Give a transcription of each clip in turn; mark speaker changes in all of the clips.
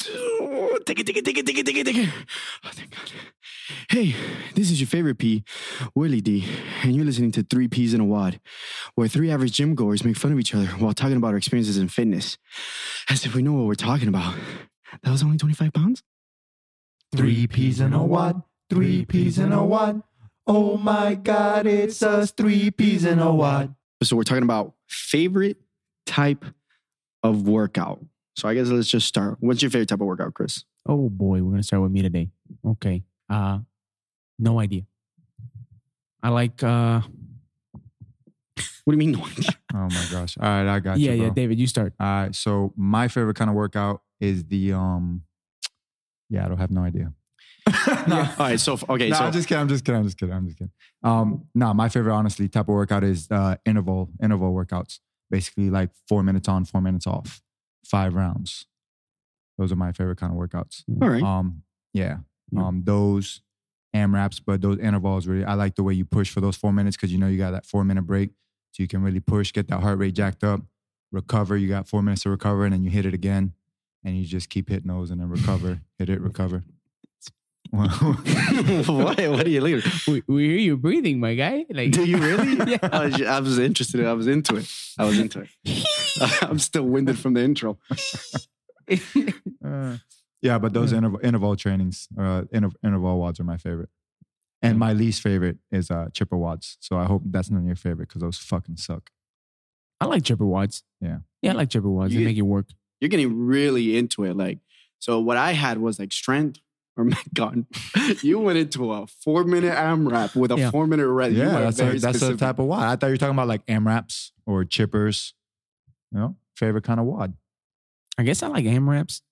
Speaker 1: Digga, digga, digga, digga, digga, digga. Oh, thank God. Hey, this is your favorite P, Willie D, and you're listening to Three P's in a Wad, where three average gym goers make fun of each other while talking about our experiences in fitness, as if we know what we're talking about. That was only 25 pounds?
Speaker 2: Three peas in a wad, three peas in a wad. Oh my God, it's us, three peas in a wad.
Speaker 1: So we're talking about favorite type of workout. So I guess let's just start. What's your favorite type of workout, Chris?
Speaker 3: Oh boy, we're gonna start with me today. Okay. Uh no idea. I like uh
Speaker 1: What do you mean? no?
Speaker 2: Oh my gosh. All right, I got
Speaker 3: yeah,
Speaker 2: you.
Speaker 3: yeah,
Speaker 2: bro.
Speaker 3: David, you start.
Speaker 2: All right, so my favorite kind of workout is the um yeah, I don't have no idea. no,
Speaker 1: All right. So okay.
Speaker 2: no,
Speaker 1: so
Speaker 2: I'm just kidding. I'm just kidding. I'm just kidding. I'm just kidding. Um, nah, my favorite, honestly, type of workout is uh, interval interval workouts. Basically, like four minutes on, four minutes off, five rounds. Those are my favorite kind of workouts.
Speaker 1: all right.
Speaker 2: Um, yeah.
Speaker 3: Yeah.
Speaker 2: Um, those AMRAPs, but those intervals really, I like the way you push for those four minutes because you know you got that four minute break. So you can really push, get that heart rate jacked up, recover. You got four minutes to recover and then you hit it again and you just keep hitting those and then recover, hit it, recover. Well,
Speaker 1: what? What are you later?
Speaker 3: We, we hear you breathing, my guy. Like
Speaker 1: Do you really?
Speaker 3: yeah.
Speaker 1: I was, I was interested. I was into it. I was into it. I'm still winded from the intro.
Speaker 2: Uh, yeah, but those interval, interval trainings, uh, inter- interval wads are my favorite. And my least favorite is uh, chipper wads. So I hope that's none of your favorite because those fucking suck.
Speaker 3: I like triple wads.
Speaker 2: Yeah.
Speaker 3: Yeah, I like triple wads.
Speaker 1: You-
Speaker 3: They make it work.
Speaker 1: You're getting really into it. Like, so what I had was like strength or my gun. You went into a four minute AMRAP with a
Speaker 3: Yeah.
Speaker 1: four minute rest. You
Speaker 2: yeah,
Speaker 1: were
Speaker 2: that's
Speaker 1: very
Speaker 2: a, that's a
Speaker 1: specific.
Speaker 2: type of wad. I thought you were talking about like AMRAPs or chippers. You know, favorite kind of wad.
Speaker 3: I guess I like ham wraps.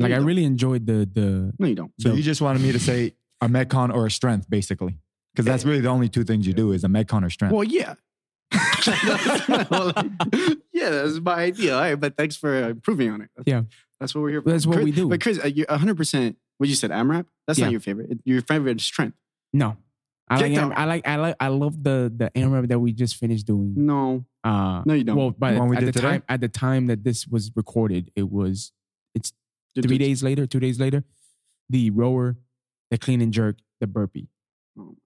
Speaker 3: Like
Speaker 1: you
Speaker 3: I
Speaker 1: don't.
Speaker 3: really enjoyed the the
Speaker 1: No, you don't.
Speaker 2: So
Speaker 3: No.
Speaker 2: you just wanted me to say a metcon or a strength, basically, because that's really the only two things you do is a metcon or strength.
Speaker 1: Well, yeah. Well, like, yeah, that's my idea. All right, but thanks for improving on it. That's-
Speaker 3: Yeah.
Speaker 1: That's what we're here for.
Speaker 3: That's what
Speaker 1: Chris-
Speaker 3: we do.
Speaker 1: But Chris, uh, you're 100% what you said, AMRAP? That's
Speaker 3: Yeah.
Speaker 1: not your favorite. It- Your favorite is strength.
Speaker 3: no. I
Speaker 1: Check
Speaker 3: like,
Speaker 1: down.
Speaker 3: am- I like I like I love the the AM wrap that we just finished doing.
Speaker 1: No.
Speaker 3: Uh,
Speaker 1: No, you don't.
Speaker 3: Well, by
Speaker 2: The one we
Speaker 3: at
Speaker 2: did
Speaker 3: the
Speaker 2: today?
Speaker 3: time at the time that this was recorded, it was
Speaker 1: You
Speaker 3: three
Speaker 1: did-
Speaker 3: days later, two days later. The rower, the clean and jerk, the burpee,
Speaker 1: Oh.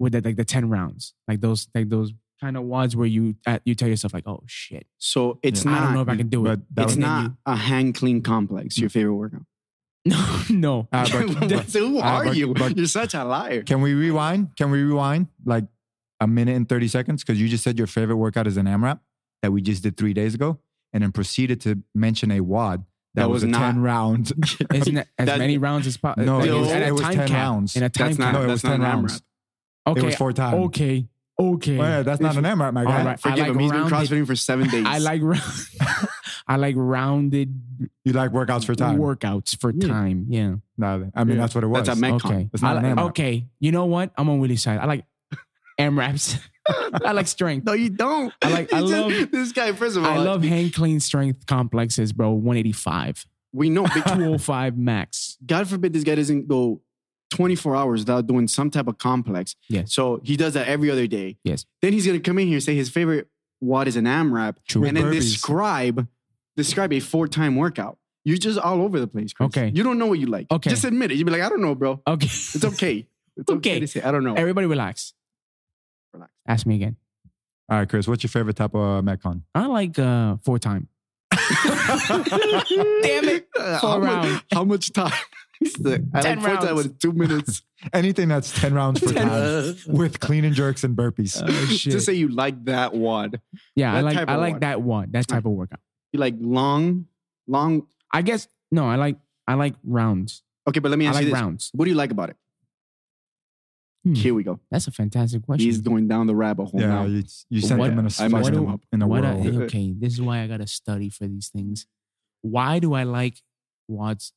Speaker 3: with that like the ten rounds, like those like those kind of wads where you uh, you tell yourself like, oh shit,
Speaker 1: So it's
Speaker 2: Yeah.
Speaker 1: not.
Speaker 3: I don't know if I can do
Speaker 2: but
Speaker 3: it.
Speaker 2: that
Speaker 1: It's
Speaker 2: was-
Speaker 1: not a hand clean complex,
Speaker 3: Mm.
Speaker 1: your favorite workout.
Speaker 3: No, no.
Speaker 2: All right, but- but-
Speaker 1: Who
Speaker 2: Ah,
Speaker 1: are
Speaker 2: but-
Speaker 1: you?
Speaker 2: but-
Speaker 1: You're such a liar.
Speaker 2: Can we rewind? Can we rewind like a minute and 30 seconds? Because you just said your favorite workout is an AMRAP that we just did three days ago and then proceeded to mention a WAD that,
Speaker 1: That was
Speaker 2: was, a
Speaker 1: not-
Speaker 2: 10 round.
Speaker 3: It's not as
Speaker 1: That-
Speaker 3: many rounds as possible.
Speaker 2: No,
Speaker 1: it was-
Speaker 3: and a
Speaker 2: it was
Speaker 3: time
Speaker 2: 10
Speaker 3: cap,
Speaker 2: rounds.
Speaker 3: And a time
Speaker 1: That's not,
Speaker 3: cap.
Speaker 2: No, it
Speaker 1: that's
Speaker 2: was
Speaker 1: not
Speaker 2: 10
Speaker 1: an
Speaker 2: rounds.
Speaker 1: AMRAP.
Speaker 3: okay,
Speaker 2: It was four times.
Speaker 3: okay, okay.
Speaker 2: Well, yeah, that's not an AMRAP, my guy.
Speaker 3: All right. I
Speaker 1: Forgive
Speaker 3: like
Speaker 1: him. He's been
Speaker 3: rounded-
Speaker 1: crossfitting for seven days.
Speaker 3: I like round, I like rounded
Speaker 2: You like workouts for time.
Speaker 3: workouts for
Speaker 1: Yeah.
Speaker 3: time. Yeah.
Speaker 2: No, I mean,
Speaker 1: Yeah.
Speaker 2: that's what it was.
Speaker 1: That's a Metcon.
Speaker 3: Okay.
Speaker 2: It's not
Speaker 3: I
Speaker 2: an
Speaker 3: like-
Speaker 2: AMRAP.
Speaker 3: okay. You know what? I'm on Willie's side. I like AMRAPs. I like strength.
Speaker 1: No, you don't.
Speaker 3: I like- I
Speaker 1: It's just-
Speaker 3: love-
Speaker 1: this guy. First of all,
Speaker 3: I love hand clean strength complexes, bro. 185,
Speaker 1: We know. but
Speaker 3: 205 max.
Speaker 1: God forbid this guy doesn't go 24 hours without doing some type of complex.
Speaker 3: Yes.
Speaker 1: So he does that every other day.
Speaker 3: Yes.
Speaker 1: Then he's gonna come in here and say his favorite wad is an AMRAP,
Speaker 3: True.
Speaker 1: and then
Speaker 2: burpees.
Speaker 1: describe describe a four time workout. You're just all over the place. Chris.
Speaker 3: Okay.
Speaker 1: You don't know what you like.
Speaker 3: Okay.
Speaker 1: Just admit it. You'd be like, I don't know, bro.
Speaker 3: Okay.
Speaker 1: It's okay. It's okay,
Speaker 3: Okay.
Speaker 1: to say I don't know.
Speaker 3: Everybody relax.
Speaker 1: Relax.
Speaker 3: Ask me again.
Speaker 2: All right, Chris, what's your favorite type of Metcon?
Speaker 3: I like uh four time. Damn it.
Speaker 1: Uh,
Speaker 3: Full
Speaker 1: how, much,
Speaker 3: round.
Speaker 1: how much time? He's the- I
Speaker 3: Ten
Speaker 1: like four time
Speaker 3: rounds.
Speaker 1: with two minutes.
Speaker 2: Anything that's 10 rounds for
Speaker 3: Ten-
Speaker 2: time with clean and jerks and burpees.
Speaker 1: Uh,
Speaker 3: Oh shit.
Speaker 1: Just say you like that wad.
Speaker 3: yeah, I
Speaker 1: that
Speaker 3: like
Speaker 1: type
Speaker 3: I
Speaker 1: of
Speaker 3: like
Speaker 1: one.
Speaker 3: that one. That type of workout.
Speaker 1: You like long, long.
Speaker 3: I guess no, I like I like rounds.
Speaker 1: Okay, but let me
Speaker 3: I
Speaker 1: ask
Speaker 3: like
Speaker 1: you this.
Speaker 3: rounds.
Speaker 1: What do you like about it?
Speaker 3: Hmm.
Speaker 1: Here we go.
Speaker 3: That's a fantastic question.
Speaker 1: He's going down the rabbit hole
Speaker 2: yeah,
Speaker 1: now.
Speaker 2: you, you sent
Speaker 3: What-
Speaker 2: them in a
Speaker 1: I messed
Speaker 2: fucking-
Speaker 1: them up.
Speaker 2: in a
Speaker 3: What I-
Speaker 2: whirl.
Speaker 3: okay, this is why I gotta study for these things. Why do I like wads?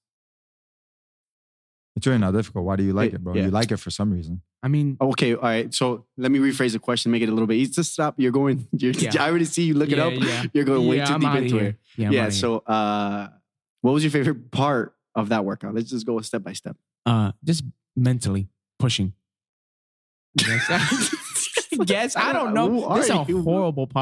Speaker 2: It's really not difficult. Why do you like
Speaker 1: It-
Speaker 2: it, bro?
Speaker 1: yeah.
Speaker 2: You like it for some reason.
Speaker 3: I mean,
Speaker 1: Okay, all right. So let me rephrase the question, make it a little bit easy. Just stop. You're going. You're,
Speaker 3: Yeah.
Speaker 1: I already see you looking
Speaker 3: yeah,
Speaker 1: up.
Speaker 3: Yeah,
Speaker 1: You're going way
Speaker 3: Yeah,
Speaker 1: too
Speaker 3: I'm
Speaker 1: deep
Speaker 3: outta
Speaker 1: into
Speaker 3: here.
Speaker 1: it.
Speaker 3: Yeah, I'm
Speaker 1: Yeah.
Speaker 3: outta here.
Speaker 1: So, uh, what was your favorite part of that workout? Let's just go step by step.
Speaker 3: uh, just mentally pushing. Yes. guess I don't
Speaker 1: Who
Speaker 3: know.
Speaker 1: are
Speaker 3: This is a
Speaker 1: you?
Speaker 3: horrible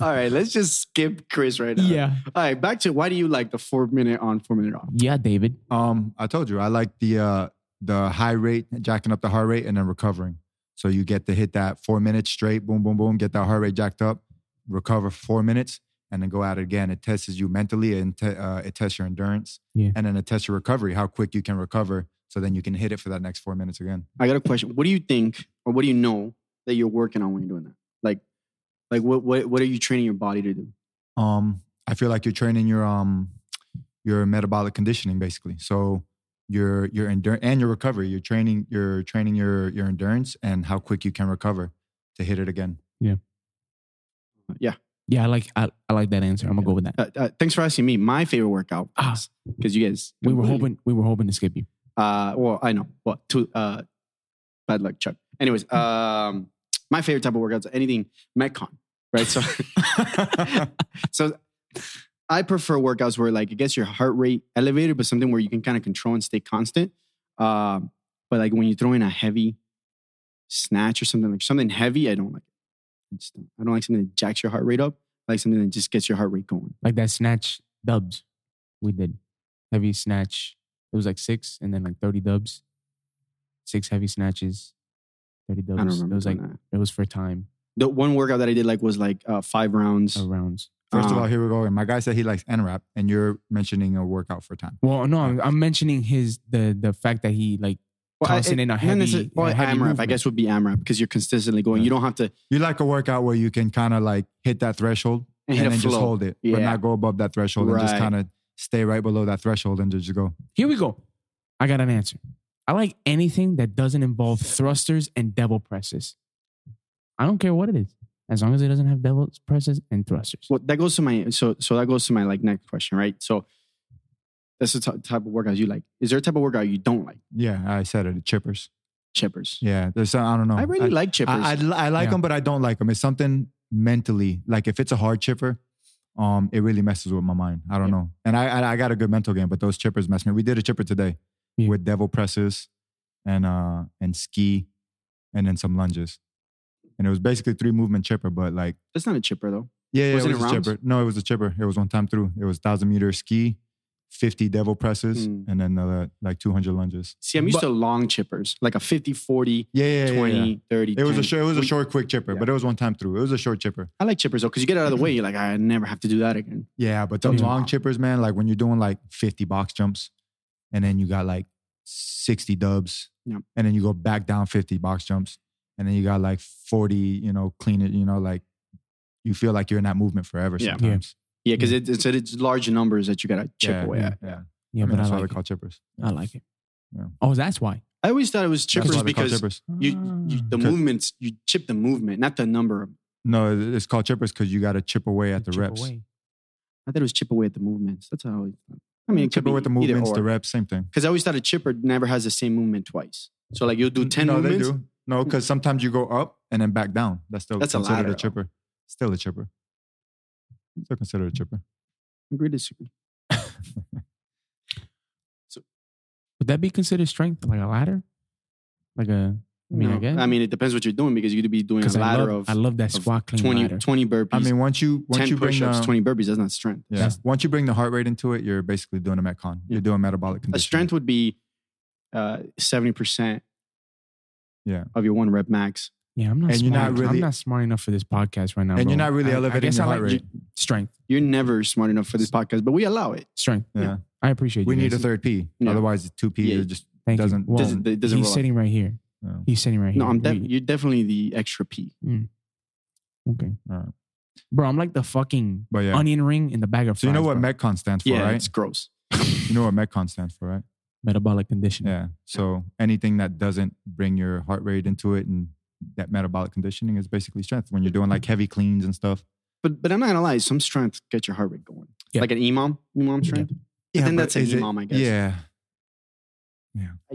Speaker 1: All right, let's just skip Chris right now.
Speaker 3: yeah,
Speaker 1: All right, back to why do you like the four minute on, four minute off?
Speaker 3: yeah, David.
Speaker 2: Um, I told you I like the uh the high rate, jacking up the heart rate, and then recovering. So you get to hit that four minutes straight, boom, boom, boom, get that heart rate jacked up, recover for four minutes, and then go at it again. It tests you mentally, and te- uh, it tests your endurance,
Speaker 3: Yeah.
Speaker 2: and then it tests your recovery, how quick you can recover. So then you can hit it for that next four minutes again.
Speaker 1: I got a question. What do you think, or what do you know that you're working on when you're doing that? Like, like what what what are you training your body to do?
Speaker 2: um, I feel like you're training your um your metabolic conditioning basically. So your your endurance and your recovery. You're training you're training your your endurance and how quick you can recover to hit it again.
Speaker 1: Yeah.
Speaker 3: Yeah, I like I, I like that answer. I'm gonna go with that.
Speaker 1: Uh, uh, thanks for asking me. My favorite workout
Speaker 3: Ah.
Speaker 1: because you guys
Speaker 3: We were
Speaker 1: completely-
Speaker 3: hoping we were hoping to skip you.
Speaker 1: Uh, well, I know, but to uh, bad luck, Chuck. Anyways, um, my favorite type of workouts anything metcon, right? So, so I prefer workouts where like it gets your heart rate elevated, but something where you can kind of control and stay constant. Um, but like when you throw in a heavy snatch or something like something heavy, I don't like. It. I just don't. I don't like something that jacks your heart rate up. I like something that just gets your heart rate going.
Speaker 3: Like that snatch dubs we did. Heavy snatch. It was like six and then like 30 dubs. Six heavy snatches. 30
Speaker 1: I
Speaker 3: dubs.
Speaker 1: don't remember.
Speaker 3: it was like
Speaker 1: doing that.
Speaker 3: it was for time
Speaker 1: the one workout that I did like was like uh, five rounds.
Speaker 3: or rounds.
Speaker 2: First of
Speaker 1: Uh,
Speaker 2: all, here we go. And my guy said he likes NRAP, and you're mentioning a workout for time.
Speaker 3: Well, no, I'm, I'm mentioning his the the fact that he like tossing in a
Speaker 1: and then this
Speaker 3: heavy-
Speaker 1: is- well,
Speaker 3: a
Speaker 1: AMRAP,
Speaker 3: heavy
Speaker 1: I
Speaker 3: movement.
Speaker 1: guess, would be AMRAP because you're consistently going.
Speaker 2: Yeah.
Speaker 1: You don't have to
Speaker 2: You like a workout where you can kind of like hit that threshold
Speaker 1: and hit
Speaker 2: and
Speaker 1: a
Speaker 2: then
Speaker 1: flow.
Speaker 2: just hold it, but
Speaker 1: Yeah.
Speaker 2: not go above that threshold and just
Speaker 1: Right.
Speaker 2: kind of stay right below that threshold and just go.
Speaker 3: here we go. I got an answer. I like anything that doesn't involve thrusters and devil presses. I don't care what it is, as long as it doesn't have devil presses and thrusters.
Speaker 1: Well, that goes to my so so that goes to my like next question, right? So that's the t- type of workout you like. Is there a type of workout you don't like?
Speaker 2: Yeah, I said it. Chippers.
Speaker 1: Chippers.
Speaker 2: Yeah, there's some- I don't know.
Speaker 1: I really like chippers.
Speaker 2: I, I, li- I like
Speaker 3: Yeah.
Speaker 2: them, but I don't like them. It's something mentally. Like if it's a hard chipper, um, it really messes with my mind. I don't
Speaker 1: Yeah.
Speaker 2: know. And I, I I got a good mental game, but those chippers mess me. We did a chipper today
Speaker 3: Yeah.
Speaker 2: with devil presses and uh and ski, and then some lunges, and it was basically three movement chipper. But like
Speaker 1: that's not a chipper though.
Speaker 2: yeah, yeah,
Speaker 1: Wasn't
Speaker 2: it
Speaker 1: it
Speaker 2: was a
Speaker 1: rounds?
Speaker 2: chipper. No, it was a chipper. It was one time through. It was thousand meter ski, fifty devil presses,
Speaker 1: Mm.
Speaker 2: and then uh, like two hundred lunges.
Speaker 1: See, I'm used
Speaker 2: But-
Speaker 1: to long chippers, like a 50, 40,
Speaker 2: Yeah, yeah, yeah,
Speaker 1: 20,
Speaker 2: yeah.
Speaker 1: 30.
Speaker 2: It was a
Speaker 1: 10.
Speaker 2: short, it was a
Speaker 1: We-
Speaker 2: short, quick chipper,
Speaker 1: Yeah.
Speaker 2: but it was one time through. It was a short chipper.
Speaker 1: I like chippers though, because you get it out of the
Speaker 2: Mm-hmm.
Speaker 1: way. You're like, I never have to do that again.
Speaker 2: Yeah, but the
Speaker 1: Don't do
Speaker 2: long
Speaker 1: that.
Speaker 2: chippers, man, like when you're doing like 50 box jumps and then you got like 60 dubs
Speaker 1: Yeah.
Speaker 2: and then you go back down 50 box jumps and then you got like 40, you know, clean it, you know, like you feel like you're in that movement forever
Speaker 1: Yeah. Yeah.
Speaker 2: sometimes.
Speaker 1: Yeah, because it, it's it's large numbers that you gotta chip
Speaker 2: Mm-hmm. yeah,
Speaker 1: away
Speaker 2: yeah,
Speaker 1: at.
Speaker 2: Yeah.
Speaker 3: yeah,
Speaker 2: I mean,
Speaker 3: but I
Speaker 2: that's why
Speaker 3: like,
Speaker 2: they call chippers.
Speaker 3: it. I like it.
Speaker 2: Yeah.
Speaker 3: Oh, that's why.
Speaker 1: I always thought it was
Speaker 2: That's
Speaker 1: chippers
Speaker 2: why they call
Speaker 1: because
Speaker 2: chippers.
Speaker 1: you, you the
Speaker 2: Ah. 'Cause-
Speaker 1: movements you chip the movement, not the number. of-
Speaker 2: No, it- it's called chippers because you got to chip away at the
Speaker 3: Chip
Speaker 2: reps.
Speaker 3: away.
Speaker 1: I thought it was chip away at the movements. That's how I always. Thought. I mean, it could
Speaker 2: Chip away
Speaker 1: be
Speaker 2: at the
Speaker 1: either
Speaker 2: movements, the
Speaker 1: or.
Speaker 2: reps, same thing.
Speaker 1: Because I always thought a chipper never has the same movement twice. So like you'll do
Speaker 3: Mm,
Speaker 1: ten
Speaker 2: no,
Speaker 1: movements. Hmm.
Speaker 2: they do. No, because sometimes you go up and then back down. That's still
Speaker 1: That's a
Speaker 2: considered a,
Speaker 1: lateral.
Speaker 2: chipper. Still a chipper. Still considered a chipper.
Speaker 1: Agree, disagree.
Speaker 3: Would that be considered strength, like a ladder? Like a I mean, I guess.
Speaker 1: I mean, it depends what you're doing because you could be doing a
Speaker 3: because I
Speaker 1: ladder
Speaker 3: love, I
Speaker 1: of
Speaker 3: love that
Speaker 1: of
Speaker 3: squat clean
Speaker 1: 20,
Speaker 3: ladder.
Speaker 1: 20 burpees,
Speaker 2: I mean, once you once
Speaker 1: ten
Speaker 2: you bring
Speaker 1: push-ups,
Speaker 3: um,
Speaker 2: the,
Speaker 1: twenty burpees. That's not strength.
Speaker 2: yeah,
Speaker 3: That's-
Speaker 2: once you bring the heart rate into it, you're basically doing a metcon. You're
Speaker 1: Yeah.
Speaker 2: doing metabolic conditioning.
Speaker 1: A strength would be uh, seventy percent.
Speaker 2: Yeah.
Speaker 1: Of your one rep max.
Speaker 3: Yeah, I'm not.
Speaker 2: And
Speaker 3: smart.
Speaker 2: you're not really-
Speaker 3: I'm not smart enough for this podcast right now.
Speaker 2: and you're
Speaker 3: bro.
Speaker 2: not really
Speaker 3: I- I
Speaker 2: elevating
Speaker 3: guess
Speaker 2: your
Speaker 3: I
Speaker 2: heart
Speaker 3: like
Speaker 2: rate.
Speaker 3: you- Strength,
Speaker 1: You're never smart enough for this podcast, but we allow it.
Speaker 3: strength.
Speaker 2: Yeah.
Speaker 3: I appreciate you.
Speaker 2: We need a
Speaker 3: guys.
Speaker 2: third P.
Speaker 1: Yeah.
Speaker 2: Otherwise, it's two P
Speaker 1: Yeah.
Speaker 2: it just
Speaker 3: Thank you.
Speaker 2: doesn't-
Speaker 3: Well,
Speaker 1: Doesn't- it doesn't
Speaker 3: he's
Speaker 1: roll off.
Speaker 3: sitting right here.
Speaker 2: you know,
Speaker 3: He's sitting right here.
Speaker 1: No, I'm def-
Speaker 3: We-
Speaker 1: you're definitely the extra P.
Speaker 3: okay,
Speaker 2: Alright.
Speaker 3: bro. I'm like the fucking
Speaker 2: But yeah.
Speaker 3: onion ring in the bag of.
Speaker 2: so you know
Speaker 3: fries,
Speaker 2: what
Speaker 3: bro.
Speaker 2: metcon stands for,
Speaker 1: Yeah,
Speaker 2: right?
Speaker 1: it's gross.
Speaker 2: You know what metcon stands for, right?
Speaker 3: metabolic conditioning.
Speaker 2: Yeah. So anything that doesn't bring your heart rate into it and that metabolic conditioning is basically strength. When you're doing like heavy cleans and stuff,
Speaker 1: But but I'm not gonna lie, some strength get your heart rate going.
Speaker 3: Yeah.
Speaker 1: Like an imam, imam strength. But then
Speaker 2: but
Speaker 1: that's an
Speaker 2: is it-
Speaker 1: imam, I guess.
Speaker 2: Yeah,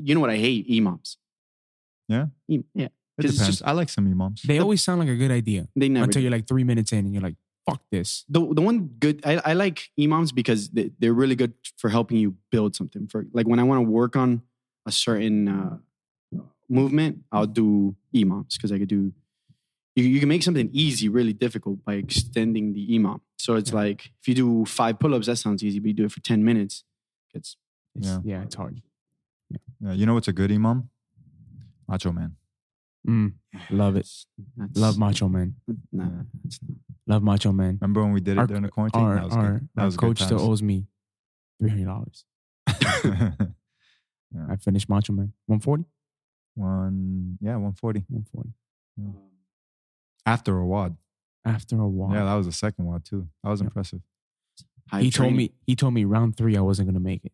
Speaker 1: You know what I hate? Imams.
Speaker 2: Yeah?
Speaker 1: Im- yeah.
Speaker 2: it
Speaker 1: 'Cause it's
Speaker 2: depends.
Speaker 1: just-
Speaker 2: I like some imams.
Speaker 3: They always sound like a good idea
Speaker 1: They never.
Speaker 3: until
Speaker 1: do.
Speaker 3: you're like three minutes in and you're like, "Fuck this."
Speaker 1: the the one good I, I like imams because they, they're really good for helping you build something. For like when I want to work on a certain uh, movement, I'll do imams because I could do you, you can make something easy really difficult by extending the imam. So it's like if you do five pull ups, that sounds easy, but you do it for 10 minutes, it's
Speaker 3: It's,
Speaker 2: Yeah.
Speaker 3: yeah. it's hard.
Speaker 2: Yeah, you know what's a good imam? Macho Man.
Speaker 3: Mm, love it.
Speaker 1: that's,
Speaker 3: Love Macho Man.
Speaker 1: Nah,
Speaker 2: Yeah.
Speaker 1: that's not-
Speaker 3: Love Macho Man.
Speaker 2: Remember when we did it
Speaker 3: Our-
Speaker 2: during the quarantine?
Speaker 3: Our,
Speaker 2: that was
Speaker 3: our,
Speaker 2: good. That
Speaker 3: our
Speaker 2: was
Speaker 3: coach
Speaker 2: good
Speaker 3: still
Speaker 2: times.
Speaker 3: owes me $300. I finished Macho Man. 140?
Speaker 2: one, yeah, one forty
Speaker 3: 140.
Speaker 2: after a wad.
Speaker 3: After a while.
Speaker 2: Yeah, that was the second Um, wad too. That was
Speaker 3: Yeah.
Speaker 2: impressive.
Speaker 1: high
Speaker 3: he told
Speaker 1: training.
Speaker 3: me he told me round three I wasn't gonna make it,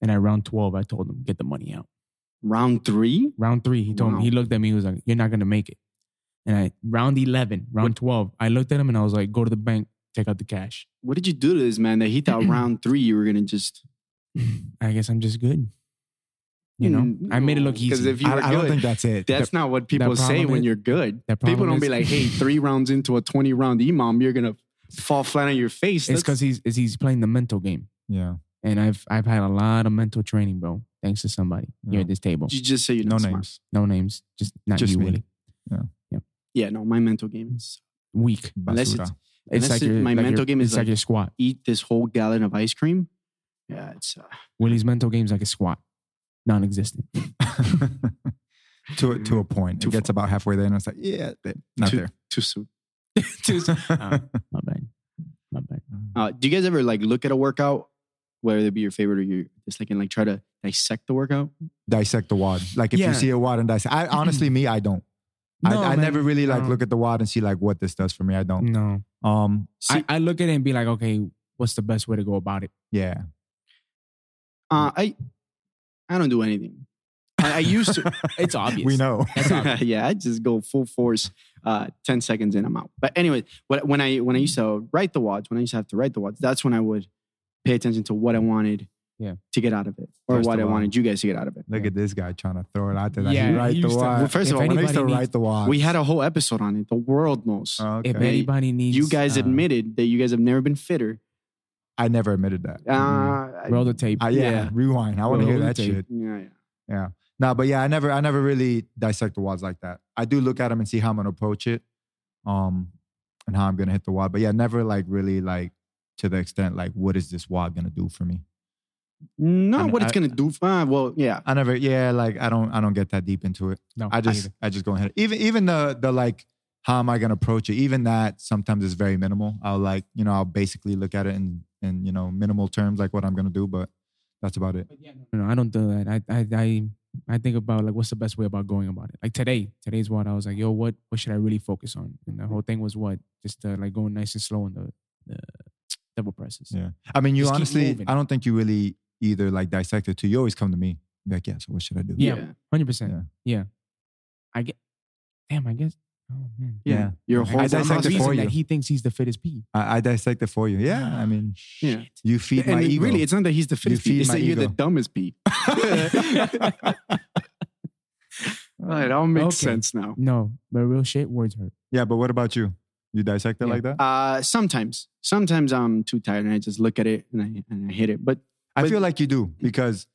Speaker 3: and at round twelve I told him get the money out.
Speaker 1: round three.
Speaker 3: Round three he told
Speaker 1: Wow.
Speaker 3: me he looked at me he was like you're not gonna make it, and I round eleven round twelve I looked at him and I was like go to the bank take out the cash.
Speaker 1: What did you do to this man that he thought round three you were gonna just
Speaker 3: I guess I'm just good. You know
Speaker 1: Mm,
Speaker 3: I made it look
Speaker 1: no, 'cause
Speaker 3: easy.
Speaker 1: if you-
Speaker 2: I,
Speaker 1: were
Speaker 2: I don't
Speaker 1: good.
Speaker 2: think that's it.
Speaker 1: that's not what people say
Speaker 3: problem
Speaker 1: when
Speaker 3: is-
Speaker 1: you're good.
Speaker 3: that
Speaker 1: People
Speaker 3: problem
Speaker 1: don't be
Speaker 3: is-
Speaker 1: like, hey, three rounds into a 20 round imam, you're gonna fall flat on your face.
Speaker 3: it's
Speaker 1: That's-
Speaker 3: because he's is he's playing the mental game,
Speaker 2: Yeah,
Speaker 3: and I've I've had a lot of mental training, bro. Thanks to somebody here
Speaker 2: Yeah.
Speaker 3: at this table.
Speaker 1: you just say you're
Speaker 2: no
Speaker 1: not
Speaker 2: names.
Speaker 1: smart.
Speaker 3: No names, just not
Speaker 2: Just
Speaker 3: you,
Speaker 2: me.
Speaker 3: Willie.
Speaker 1: Yeah, no, my mental game is
Speaker 3: Weak.
Speaker 1: Unless
Speaker 2: Basura.
Speaker 1: it's-
Speaker 3: It's
Speaker 1: Unless
Speaker 3: like
Speaker 1: it-
Speaker 3: your,
Speaker 1: my
Speaker 3: like your-
Speaker 1: mental game is
Speaker 3: it's
Speaker 1: like-
Speaker 3: like your squat.
Speaker 1: eat this whole gallon of ice cream. Yeah, it's uh,
Speaker 3: Willie's mental game's like a squat, non-existent.
Speaker 2: to a- to a point.
Speaker 1: Too
Speaker 2: it gets about halfway there, and it's like, yeah, th- not
Speaker 1: too,
Speaker 2: there.
Speaker 1: too soon.
Speaker 3: uh, My bad. My bad.
Speaker 1: Uh, do you guys ever like look at a workout, whether it be your favorite or your dislike, and like try to dissect the workout?
Speaker 2: dissect the wad. Like if
Speaker 3: Yeah.
Speaker 2: you see a wad and dissect. I honestly, me, I don't.
Speaker 3: No,
Speaker 2: I, I
Speaker 3: man.
Speaker 2: never really like
Speaker 3: No. Mm.
Speaker 2: look at the wad and see like what this does for me. I don't.
Speaker 3: No.
Speaker 2: Um. See,
Speaker 3: I, I look at it and be like, okay, what's the best way to go about it?
Speaker 2: yeah.
Speaker 1: Uh, I I don't do anything. I, I used to.
Speaker 3: It's obvious.
Speaker 2: We know.
Speaker 3: That's obvious.
Speaker 1: yeah, I just go full force. Uh, Ten seconds in, I'm out. But anyway, what, when I when I used to write the wads, when I used to have to write the wads, that's when I would pay attention to what I wanted.
Speaker 3: Yeah.
Speaker 1: To get out of it, or
Speaker 2: First
Speaker 1: what I
Speaker 2: of all.
Speaker 1: wanted you guys to get out of it.
Speaker 2: Look
Speaker 3: Yeah.
Speaker 2: at this guy trying to throw it out there. Like,
Speaker 3: Yeah,
Speaker 2: yeah,
Speaker 3: he
Speaker 2: right the
Speaker 3: used to-
Speaker 2: wad.
Speaker 1: Well, first of
Speaker 3: If
Speaker 1: all,
Speaker 2: when I
Speaker 1: when
Speaker 2: used to
Speaker 3: anybody
Speaker 2: write
Speaker 3: needs-
Speaker 2: the wad,
Speaker 1: we had a whole episode on it. The world knows.
Speaker 2: Okay.
Speaker 3: If anybody needs,
Speaker 1: you guys
Speaker 3: uh,
Speaker 1: admitted that you guys have never been fitter.
Speaker 2: I never admitted that. Mm-hmm.
Speaker 1: Uh,
Speaker 3: roll the tape.
Speaker 2: I, yeah,
Speaker 1: yeah.
Speaker 2: Rewind. I want to
Speaker 3: Well,
Speaker 2: hear that
Speaker 3: okay.
Speaker 2: shit.
Speaker 1: yeah, yeah.
Speaker 2: No, but yeah, I never, I never really dissect the wads like that. I do look at them and see how I'm gonna approach it, um, and how I'm gonna hit the wad. But yeah, never like really like to the extent like what is this wad gonna do for me?
Speaker 1: Not
Speaker 2: And
Speaker 1: what it's
Speaker 2: I-
Speaker 1: gonna do. Uh, well, yeah.
Speaker 2: I never, yeah, like I don't, I don't get that deep into it.
Speaker 3: no,
Speaker 2: I just, I just go ahead. Even, even the, the like, how am I gonna approach it? Even that sometimes is very minimal. I'll like, you know, I'll basically look at it in, in you know, minimal terms, like what I'm gonna do. But that's about it.
Speaker 3: no, I don't do that. I, I, I, I think about like what's the best way about going about it. Like today, today's what I was like, yo, what, what should I really focus on? And the whole thing was what, just uh, like going nice and slow on the, the double presses.
Speaker 2: Yeah. I mean, you
Speaker 3: Just keep
Speaker 2: honestly,
Speaker 3: moving.
Speaker 2: I don't think you really either like dissect it too. You always come to me, be like, yeah, so what should I do?
Speaker 3: Yeah. Hundred percent. Yeah. I get. Damn. I guess. Oh man.
Speaker 1: yeah,
Speaker 2: Yeah.
Speaker 1: Your
Speaker 3: Okay.
Speaker 1: whole
Speaker 2: I
Speaker 3: For some
Speaker 2: dissected
Speaker 1: body-
Speaker 2: for
Speaker 3: reason
Speaker 2: you.
Speaker 3: That he thinks he's the fittest pea.
Speaker 2: I, I dissect it for you. Yeah. I mean,
Speaker 1: Yeah.
Speaker 2: you feed
Speaker 1: And
Speaker 2: my
Speaker 1: it-
Speaker 2: ego.
Speaker 1: really, it's not that he's the fittest.
Speaker 2: feed
Speaker 1: pea, It's
Speaker 2: my
Speaker 1: that you're the
Speaker 2: ego.
Speaker 1: dumbest pea. Well, it all makes
Speaker 3: Okay.
Speaker 1: sense now.
Speaker 3: No, but real shit. Words hurt.
Speaker 2: yeah, but what about you? You dissect it
Speaker 3: Yeah.
Speaker 2: like that?
Speaker 1: Uh, sometimes, sometimes I'm too tired and I just look at it and I and I hit it. But
Speaker 2: I
Speaker 1: but-
Speaker 2: feel like you do because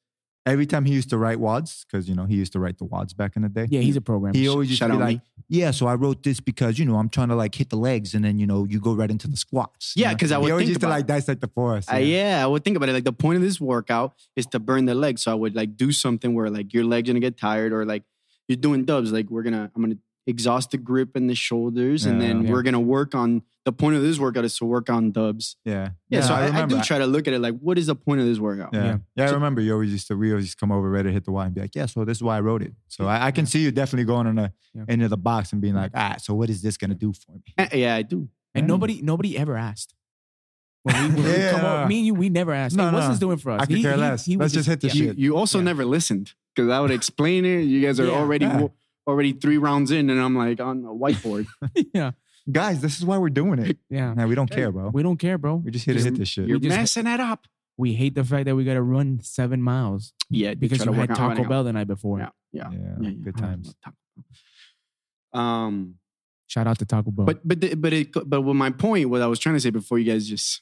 Speaker 2: every time he used to write wads, because you know he used to write the wads back in the day.
Speaker 3: Yeah, he's a programmer.
Speaker 2: He always used
Speaker 1: Shout
Speaker 2: to be
Speaker 1: out
Speaker 2: like, "Yeah, so I wrote this because you know I'm trying to like hit the legs, and then you know you go right into the squats." you
Speaker 1: Yeah,
Speaker 2: know?
Speaker 1: 'cause I would
Speaker 2: he always
Speaker 1: think
Speaker 2: used to
Speaker 1: about
Speaker 2: like
Speaker 1: it.
Speaker 2: dissect the forest.
Speaker 1: uh, yeah, I would think about it. Like the point of this workout is to burn the leg. So I would like do something where like your leg's gonna get tired or like you're doing dubs. Like we're gonna I'm gonna exhaust the grip and the shoulders and
Speaker 2: Yeah.
Speaker 1: then
Speaker 3: Yeah.
Speaker 1: we're gonna work on the point of this workout is to work on dubs.
Speaker 2: yeah,
Speaker 1: Yeah, so I, I,
Speaker 2: remember.
Speaker 1: do try to look at it like what is the point of this workout?
Speaker 2: Yeah.
Speaker 3: Yeah.
Speaker 2: yeah, I remember you always used to. We always used to come over, ready to hit the Y, and be like, "Yeah, so this is why I wrote it." So I, I can see you definitely going in a,
Speaker 3: Yeah.
Speaker 2: into the box and being like, "Ah, so what is this gonna do for me?"
Speaker 1: Eh, Yeah, I do.
Speaker 3: and nobody, nobody ever asked. When we, when we come
Speaker 2: Yeah.
Speaker 3: over, me and you, we never asked.
Speaker 2: No,
Speaker 3: hey, what's
Speaker 2: no.
Speaker 3: this doing for us?
Speaker 2: I could
Speaker 3: He-
Speaker 2: care
Speaker 3: he-
Speaker 2: less.
Speaker 3: he
Speaker 2: Let's
Speaker 3: was
Speaker 2: just hit the
Speaker 3: yeah.
Speaker 1: You
Speaker 2: shit.
Speaker 1: you also
Speaker 3: Yeah.
Speaker 1: never listened because I would explain it. You guys are
Speaker 3: Yeah.
Speaker 1: already
Speaker 2: Yeah.
Speaker 1: already three rounds in, and I'm like on a whiteboard.
Speaker 3: yeah,
Speaker 2: Guys, this is why we're doing it.
Speaker 3: yeah.
Speaker 2: Nah, we don't care, bro.
Speaker 3: We don't care, bro.
Speaker 2: We just here to
Speaker 1: Just-
Speaker 2: hit this shit.
Speaker 1: You're
Speaker 3: just-
Speaker 1: messing it up.
Speaker 3: We hate the fact that we got to run seven miles
Speaker 1: Yeah, I do
Speaker 3: because
Speaker 1: try
Speaker 3: you
Speaker 1: to work on
Speaker 3: had Taco
Speaker 1: running
Speaker 3: Bell the night before.
Speaker 1: Yeah. Yeah.
Speaker 2: yeah,
Speaker 1: Yeah, yeah.
Speaker 2: good
Speaker 1: I love
Speaker 2: times.
Speaker 1: Taco Bell. Um,
Speaker 3: Shout out to Taco Bell.
Speaker 1: but but the, but it but with my point, what I was trying to say before you guys just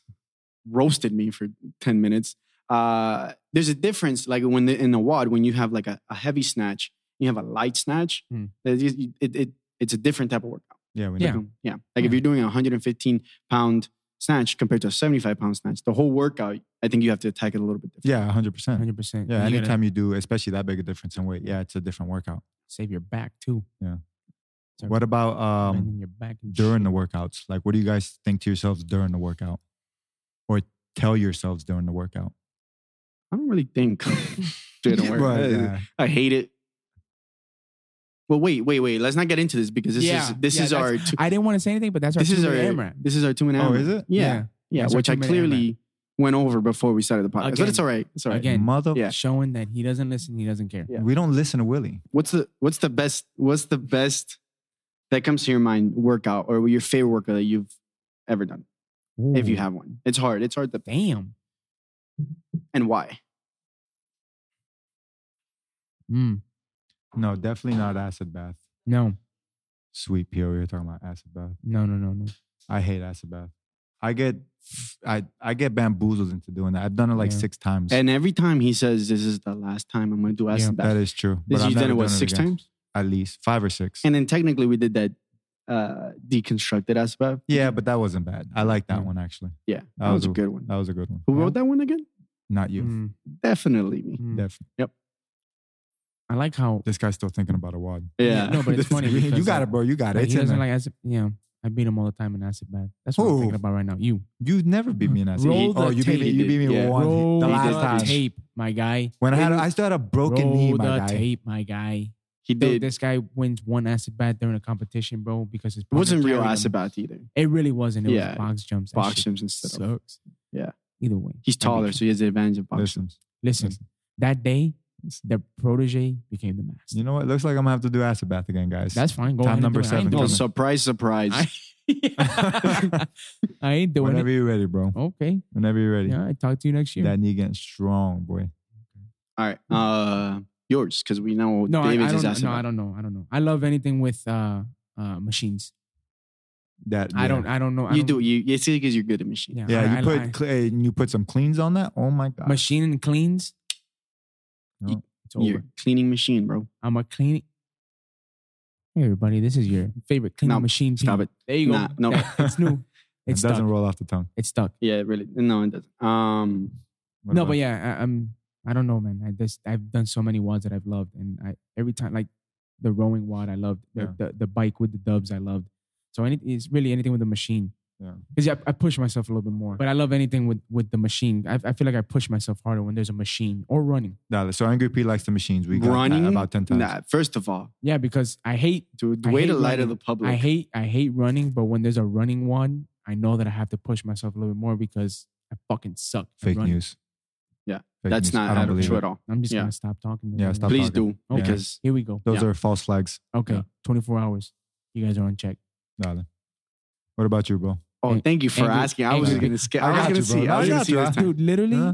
Speaker 1: roasted me for ten minutes. Uh, there's a difference, like when the, in the wad, when you have like a, a heavy snatch, you have a light snatch.
Speaker 3: Hmm.
Speaker 1: that is- It, it, it's a different type of workout.
Speaker 2: Yeah, we
Speaker 3: Yeah.
Speaker 2: know.
Speaker 1: Yeah. Like
Speaker 3: Yeah.
Speaker 1: if you're doing a 115 pound snatch compared to a 75 pound snatch, the whole workout, I think you have to attack it a little bit different.
Speaker 2: Yeah, hundred percent.
Speaker 3: hundred percent.
Speaker 2: Yeah, anytime you do, especially that big a difference in weight, yeah, it's a different workout.
Speaker 3: save your back too.
Speaker 2: Yeah.
Speaker 3: Start
Speaker 2: What about um
Speaker 3: bending your back and
Speaker 2: during
Speaker 3: shit.
Speaker 2: the workouts? Like, what do you guys think to yourselves during the workout, or tell yourselves during the workout?
Speaker 1: I don't really think during a workout.
Speaker 2: Right, yeah.
Speaker 1: I hate it. Well, wait, wait, wait. Let's not get into this because this
Speaker 3: Yeah,
Speaker 1: is this
Speaker 3: yeah,
Speaker 1: is
Speaker 3: that's-
Speaker 1: our two,
Speaker 3: I didn't want to say anything, but that's our
Speaker 1: this is our
Speaker 3: two-minute AMRAP.
Speaker 1: this is our two minute.
Speaker 2: Oh,
Speaker 1: hour.
Speaker 2: is it?
Speaker 1: Yeah, yeah.
Speaker 3: that's our
Speaker 1: which I
Speaker 3: two-minute AMRAP.
Speaker 1: clearly went over before we started the podcast, but
Speaker 3: Again.
Speaker 1: it's all right. It's all right.
Speaker 3: Again.
Speaker 2: Mother,
Speaker 1: Yeah.
Speaker 3: showing that he doesn't listen, he doesn't care.
Speaker 1: Yeah.
Speaker 2: we don't listen to Willie.
Speaker 1: What's the what's the best what's the best that comes to your mind workout or your favorite workout that you've ever done if you
Speaker 2: Hmm.
Speaker 3: Ooh,
Speaker 1: have one? It's hard. It's hard to
Speaker 3: damn.
Speaker 1: and why?
Speaker 3: Mm,
Speaker 2: No, definitely not acid bath.
Speaker 3: no,
Speaker 2: Sweet P, we are talking about acid bath.
Speaker 3: no, no, no, no.
Speaker 2: I hate acid bath. I get, I I get bamboozled into doing that. I've done it like
Speaker 3: Yeah.
Speaker 2: six times.
Speaker 1: And every time he says this is the last time I'm going to do acid
Speaker 2: that
Speaker 1: bath.
Speaker 2: is true.
Speaker 1: This
Speaker 2: But I've
Speaker 1: you've done
Speaker 2: never
Speaker 1: it what six
Speaker 2: again.
Speaker 1: times?
Speaker 2: At least five or six.
Speaker 1: And then technically we did that uh deconstructed acid bath.
Speaker 2: yeah, but that wasn't bad. I like that
Speaker 3: Yeah.
Speaker 2: one actually.
Speaker 1: Yeah, that, was, a good one.
Speaker 2: That was a good one.
Speaker 1: Who wrote that one again?
Speaker 2: Not you.
Speaker 3: Mm,
Speaker 1: Definitely me.
Speaker 3: mm.
Speaker 2: Definitely.
Speaker 3: I like how
Speaker 2: This guy's still thinking about a wad.
Speaker 1: Yeah.
Speaker 3: No, but it's funny
Speaker 2: you
Speaker 3: because,
Speaker 2: got
Speaker 3: uh,
Speaker 2: it, bro. You got it.
Speaker 3: like,
Speaker 2: It's
Speaker 3: he
Speaker 2: in
Speaker 3: doesn't
Speaker 2: there.
Speaker 3: like acid. Yeah, I beat him all the time in acid bath. That's what
Speaker 2: Who?
Speaker 3: I'm thinking about right now. You
Speaker 2: you never beat me in acid.
Speaker 3: Roll
Speaker 2: oh,
Speaker 3: the
Speaker 2: you beat me.
Speaker 1: tape.
Speaker 2: You beat me
Speaker 1: Yeah.
Speaker 2: one. the
Speaker 1: Roll
Speaker 2: last
Speaker 1: the
Speaker 2: time.
Speaker 3: tape, my guy.
Speaker 2: When I had, I still had a broken
Speaker 3: roll
Speaker 2: knee, my
Speaker 3: the
Speaker 2: guy.
Speaker 3: tape, my guy.
Speaker 1: He
Speaker 3: Bro,
Speaker 1: did. It
Speaker 3: this guy wins one acid bath during a competition, bro, because his partner
Speaker 1: wasn't real
Speaker 3: carried him.
Speaker 1: acid bath either.
Speaker 3: It really wasn't. It
Speaker 1: Yeah.
Speaker 3: was box jumps. That
Speaker 1: Box
Speaker 3: shit
Speaker 1: jumps instead of.
Speaker 3: sucks.
Speaker 1: Yeah.
Speaker 3: Either way,
Speaker 1: He's
Speaker 3: I beat
Speaker 1: taller,
Speaker 3: you.
Speaker 1: so he has the advantage of box
Speaker 2: Listen,
Speaker 1: jumps.
Speaker 3: Listen,
Speaker 2: listen.
Speaker 3: that day, the protege became the master.
Speaker 2: You know what? Looks like I'm gonna have to do acid bath again, guys.
Speaker 3: That's fine. Go
Speaker 2: Time
Speaker 3: ahead and
Speaker 2: number
Speaker 3: do it. I ain't
Speaker 2: seven
Speaker 1: Oh,
Speaker 3: doing
Speaker 2: coming.
Speaker 1: surprise, surprise.
Speaker 3: I- it. I ain't doing
Speaker 2: Whenever
Speaker 3: it.
Speaker 2: you're ready, bro.
Speaker 3: Okay.
Speaker 2: Whenever you're ready.
Speaker 3: Yeah, I talk to you next year.
Speaker 2: That knee getting strong, boy.
Speaker 1: All right. Uh, yours, because we know
Speaker 3: no, I, I
Speaker 1: David's
Speaker 3: don't.
Speaker 1: is
Speaker 3: know.
Speaker 1: acid
Speaker 3: No,
Speaker 1: bath.
Speaker 3: I don't know. I don't know. I love anything with uh, uh, machines.
Speaker 2: That
Speaker 3: I
Speaker 2: yeah.
Speaker 3: don't. I don't know. I
Speaker 1: You do.
Speaker 3: don't-
Speaker 1: You, it's because you're good at machine.
Speaker 3: Yeah.
Speaker 2: Yeah,
Speaker 3: I-
Speaker 2: you
Speaker 3: I-
Speaker 2: put
Speaker 3: I-
Speaker 2: cl- and you put some cleans on that. Oh my god.
Speaker 3: machine and cleans.
Speaker 2: No.
Speaker 3: It's over.
Speaker 1: You're cleaning machine, bro.
Speaker 3: I'm a clean. Hey, everybody, this is your favorite cleaning
Speaker 1: No,
Speaker 3: machine.
Speaker 1: Stop
Speaker 3: team.
Speaker 1: it.
Speaker 3: There you go.
Speaker 1: Nah, no.
Speaker 3: That- it's new.
Speaker 2: it
Speaker 3: It's
Speaker 2: doesn't
Speaker 3: stuck.
Speaker 2: roll off the tongue.
Speaker 3: It's stuck.
Speaker 1: Yeah, really. No, it doesn't. Um,
Speaker 2: What
Speaker 3: no,
Speaker 2: about-
Speaker 3: but yeah, I, I'm. I don't know, man. I just I've done so many wads that I've loved, and I every time like the rowing wad I loved, the,
Speaker 2: Yeah.
Speaker 3: the, the bike with the dubs I loved. So any, it's really anything with the machine.
Speaker 2: Yeah.
Speaker 3: Because yeah, I, I push myself a little bit more, but I love anything with with the machine. I, I feel like I push myself harder when there's a machine or running.
Speaker 2: Nah, so Angry P likes the machines. We got
Speaker 1: running
Speaker 2: that about ten times.
Speaker 1: Nah, first of all,
Speaker 3: Yeah, because I hate
Speaker 1: dude,
Speaker 3: I
Speaker 1: way
Speaker 3: hate
Speaker 1: to lie to
Speaker 3: running.
Speaker 1: the public.
Speaker 3: I hate I hate running, but when there's a running one, I know that I have to push myself a little bit more because I fucking suck. at
Speaker 2: Fake
Speaker 3: running.
Speaker 2: news.
Speaker 1: Yeah,
Speaker 2: Fake
Speaker 1: That's
Speaker 2: news.
Speaker 1: not
Speaker 2: I don't
Speaker 1: true
Speaker 2: believe
Speaker 1: at
Speaker 2: it.
Speaker 1: all.
Speaker 3: I'm just
Speaker 1: Yeah.
Speaker 3: gonna stop talking.
Speaker 2: Yeah, stop
Speaker 1: Please
Speaker 2: talking.
Speaker 1: do
Speaker 2: Yeah.
Speaker 1: because
Speaker 3: Here we go.
Speaker 2: Those
Speaker 1: Yeah.
Speaker 2: are false flags,
Speaker 3: Okay,
Speaker 1: Yeah.
Speaker 3: 24 hours. You guys are on check.
Speaker 2: darling. What about you, bro?
Speaker 1: oh,
Speaker 3: Ang-
Speaker 1: thank you for
Speaker 3: angry-
Speaker 1: asking. I was
Speaker 3: angry.
Speaker 1: gonna skip.
Speaker 2: I
Speaker 1: I was
Speaker 2: got
Speaker 1: gonna
Speaker 2: you, bro.
Speaker 1: see.
Speaker 2: No,
Speaker 1: I was
Speaker 2: you
Speaker 1: gonna
Speaker 2: got
Speaker 1: see
Speaker 2: you.
Speaker 1: this
Speaker 2: I-
Speaker 1: time.
Speaker 3: Dude, literally,
Speaker 2: Huh?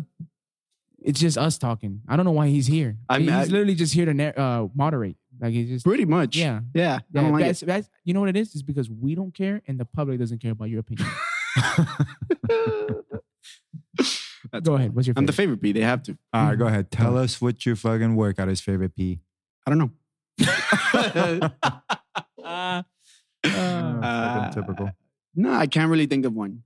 Speaker 3: it's just us talking. I don't know why he's here.
Speaker 1: I'm-
Speaker 3: he's
Speaker 1: I-
Speaker 3: literally just here to nar- uh, moderate. Like he's just
Speaker 1: Pretty much.
Speaker 3: yeah.
Speaker 1: Yeah. I
Speaker 3: Yeah,
Speaker 1: don't like
Speaker 3: that's,
Speaker 1: it.
Speaker 3: that's you know what it is. It's because we don't care and the public doesn't care about your opinion.
Speaker 1: That's
Speaker 3: Go ahead. What's your?
Speaker 1: I'm the
Speaker 3: favorite?
Speaker 1: favorite B. They have to.
Speaker 2: All right, go
Speaker 3: Mm-hmm.
Speaker 2: ahead. Tell us what your fucking workout is, favorite P.
Speaker 1: I don't know.
Speaker 3: Uh,
Speaker 2: Oh,
Speaker 3: uh,
Speaker 2: fucking typical.
Speaker 1: no, I can't really think of one.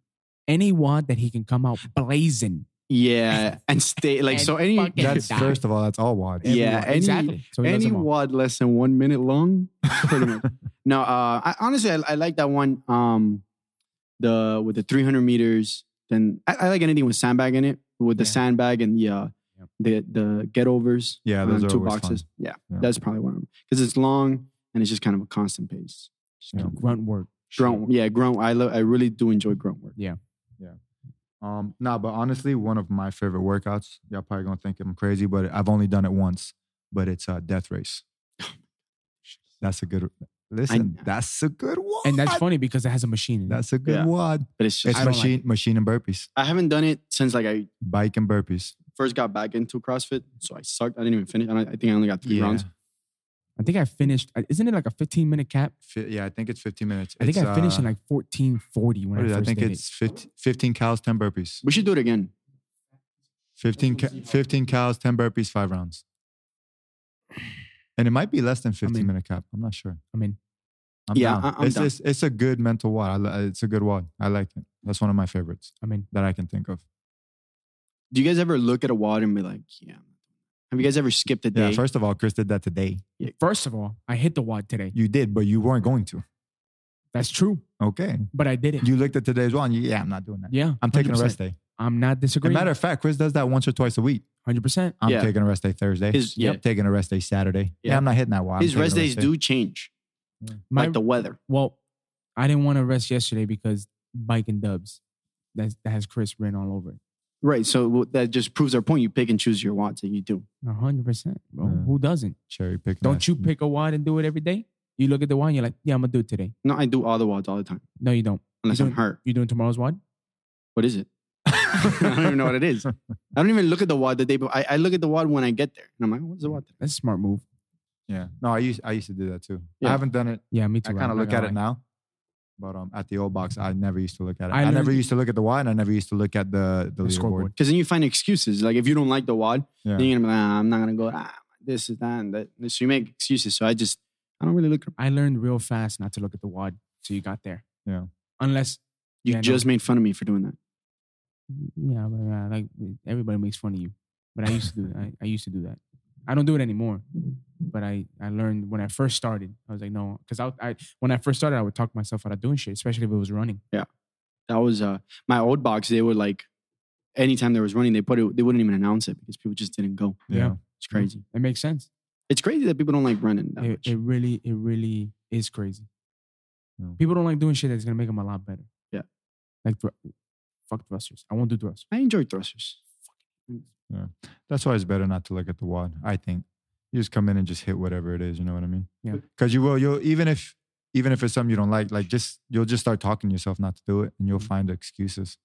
Speaker 3: any wad that he can come out blazing.
Speaker 1: Yeah, and stay like
Speaker 3: And
Speaker 1: so. Any
Speaker 3: fucking
Speaker 2: That's
Speaker 3: die.
Speaker 2: first of all, that's all wads.
Speaker 1: Yeah,
Speaker 3: Everyone.
Speaker 1: any-
Speaker 3: exactly. So he does
Speaker 1: any
Speaker 3: them all.
Speaker 1: wad less than one minute long, pretty much. No, uh, I, honestly, I, I like that one. Um, the with the 300 meters. Then I, I like anything with sandbag in it, with the
Speaker 3: Yeah.
Speaker 1: sandbag and the uh,
Speaker 3: Yep.
Speaker 1: the the get overs.
Speaker 2: Yeah, those
Speaker 1: um,
Speaker 2: are
Speaker 1: two
Speaker 2: always fun.
Speaker 1: boxes. Yeah,
Speaker 2: Yeah.
Speaker 1: that's probably one of them because it's long and it's just kind of a constant pace. Just
Speaker 2: Yeah.
Speaker 1: kind of-
Speaker 3: grunt work.
Speaker 1: Grunt, yeah, grunt. I lo- I really do enjoy grunt work.
Speaker 2: Um, nah, but honestly, one of my favorite workouts. Y'all probably gonna think I'm crazy, but I've only done it once. But it's uh, death race.
Speaker 1: Oh
Speaker 2: That's a good. Listen, that's a good one.
Speaker 3: And that's funny because it has a machine. In it.
Speaker 2: That's a good
Speaker 1: Yeah.
Speaker 2: wad.
Speaker 1: But it's just I,
Speaker 2: It's
Speaker 3: don't like
Speaker 2: machine, machine and burpees,
Speaker 1: I haven't done it since like I
Speaker 2: bike and burpees.
Speaker 1: first got back into CrossFit, so I sucked. I didn't even finish. I, don't- I think I only got three
Speaker 2: Yeah.
Speaker 1: rounds.
Speaker 3: I think I finished. uh, Isn't it like a 15 minute cap?
Speaker 2: Fi- yeah, I think it's 15 minutes.
Speaker 3: I think
Speaker 2: It's,
Speaker 3: I finished in
Speaker 2: uh,
Speaker 3: like 1440 when
Speaker 2: what
Speaker 3: I
Speaker 2: is
Speaker 3: first
Speaker 2: it? I think
Speaker 3: did
Speaker 2: it's 15, 15 cows, 10 burpees.
Speaker 1: We should do it again.
Speaker 2: 15, ca- 15 cows, 10 burpees, five rounds. And it might be less than 15
Speaker 3: mean-
Speaker 2: minute cap. I'm not sure.
Speaker 3: it. I mean,
Speaker 2: I'm
Speaker 1: Yeah,
Speaker 2: down.
Speaker 1: I- I'm
Speaker 2: it's,
Speaker 1: down.
Speaker 2: It's, it's a good mental wad. I li- it's a good wad. I like it. That's one of my favorites
Speaker 3: I mean,
Speaker 2: that I can think of.
Speaker 1: Do you guys ever look at a wad and be like, yeah? Have you guys ever skipped a
Speaker 2: Yeah.
Speaker 1: day?
Speaker 2: First of all, Chris did that today.
Speaker 3: first of all, I hit the wad today.
Speaker 2: You did, but you weren't going to.
Speaker 3: That's true,
Speaker 2: Okay.
Speaker 3: but I did it.
Speaker 2: You looked at today's one. You, yeah, I'm not doing that.
Speaker 3: yeah,
Speaker 2: I'm taking a
Speaker 3: 100%.
Speaker 2: rest day.
Speaker 3: I'm not
Speaker 2: As a
Speaker 3: disagreeing.
Speaker 2: matter of fact, Chris does that once or twice a week.
Speaker 3: Hundred percent.
Speaker 2: I'm
Speaker 1: Yeah.
Speaker 2: taking a rest day Thursday.
Speaker 1: His- yeah.
Speaker 2: Yep. Taking a rest day Saturday. Yeah,
Speaker 1: Yeah.
Speaker 2: I'm not hitting that wad.
Speaker 1: His rest days do change,
Speaker 3: My
Speaker 1: like the weather.
Speaker 3: well, I didn't want to rest yesterday because bike and dubs. That's, that has Chris written all over it.
Speaker 1: Right. So w- that just proves our point. You pick and choose your wads that you do.
Speaker 3: hundred percent, bro.
Speaker 2: Yeah.
Speaker 3: Who doesn't?
Speaker 2: cherry pick.
Speaker 3: Don't you pick a wad and do it every day? You look at the wad and you're like, yeah, I'm gonna do it today.
Speaker 1: No, I do all the wads all the time,
Speaker 3: No, you don't.
Speaker 1: unless I'm
Speaker 3: don't-
Speaker 1: hurt.
Speaker 3: You doing tomorrow's wad?
Speaker 1: What is it? I don't even know what it is. I don't even look at the wad the day before. I, I look at the wad when I get there, and I'm like, what's the wad?
Speaker 3: That's a smart move.
Speaker 2: Yeah. No, I used I used to do that too.
Speaker 1: Yeah.
Speaker 2: I haven't done it.
Speaker 3: Yeah, me too.
Speaker 2: I
Speaker 3: Rob.
Speaker 2: kind of
Speaker 3: Not
Speaker 2: look at
Speaker 3: gonna
Speaker 2: it
Speaker 3: lie.
Speaker 2: now. But um, at the old box, I never used to look at it.
Speaker 3: I
Speaker 2: I, never
Speaker 3: learned-
Speaker 2: used to look at the wad, and I never used to look at the the,
Speaker 3: The
Speaker 2: leaderboard.
Speaker 3: scoreboard.
Speaker 1: Because then you find excuses. Like if you don't like the wad,
Speaker 2: Yeah.
Speaker 1: then you're gonna be like, ah, I'm not gonna go. Ah, this is that and that. So you make excuses. So I just, I don't really look.
Speaker 3: I learned real fast not to look at the wad till you got there.
Speaker 2: Yeah.
Speaker 3: Unless
Speaker 1: You
Speaker 3: Yeah, I know.
Speaker 1: just made fun of me for doing that.
Speaker 3: yeah, but, uh, like everybody makes fun of you. But I used to do that. I, I used to do that. I don't do it anymore. But I, I learned when I first started, I was like, no, because I, I when I first started, I would talk myself out of doing shit, especially if it was running.
Speaker 1: Mm. That was uh my old box. They were like, anytime there was running, they put it. They wouldn't even announce it because people just didn't go.
Speaker 2: Yeah.
Speaker 3: Yeah.
Speaker 1: It's crazy.
Speaker 3: It makes sense.
Speaker 1: It's crazy that people don't like running. That
Speaker 3: Mm. It,
Speaker 1: much.
Speaker 3: it really, it really is crazy.
Speaker 2: Yeah.
Speaker 3: People don't like doing shit that's gonna make them a lot better.
Speaker 1: Yeah.
Speaker 3: Like thr- fuck thrusters. I won't do thrusters.
Speaker 1: I enjoy thrusters.
Speaker 2: That's why it's better not to look at the wad. I think you just come in and just hit whatever it is. You know what I mean?
Speaker 3: Yeah.
Speaker 2: Because you will. You'll even if even if it's something you don't like, like just you'll just start talking yourself not to do it, and you'll
Speaker 1: Mm-hmm.
Speaker 2: find excuses.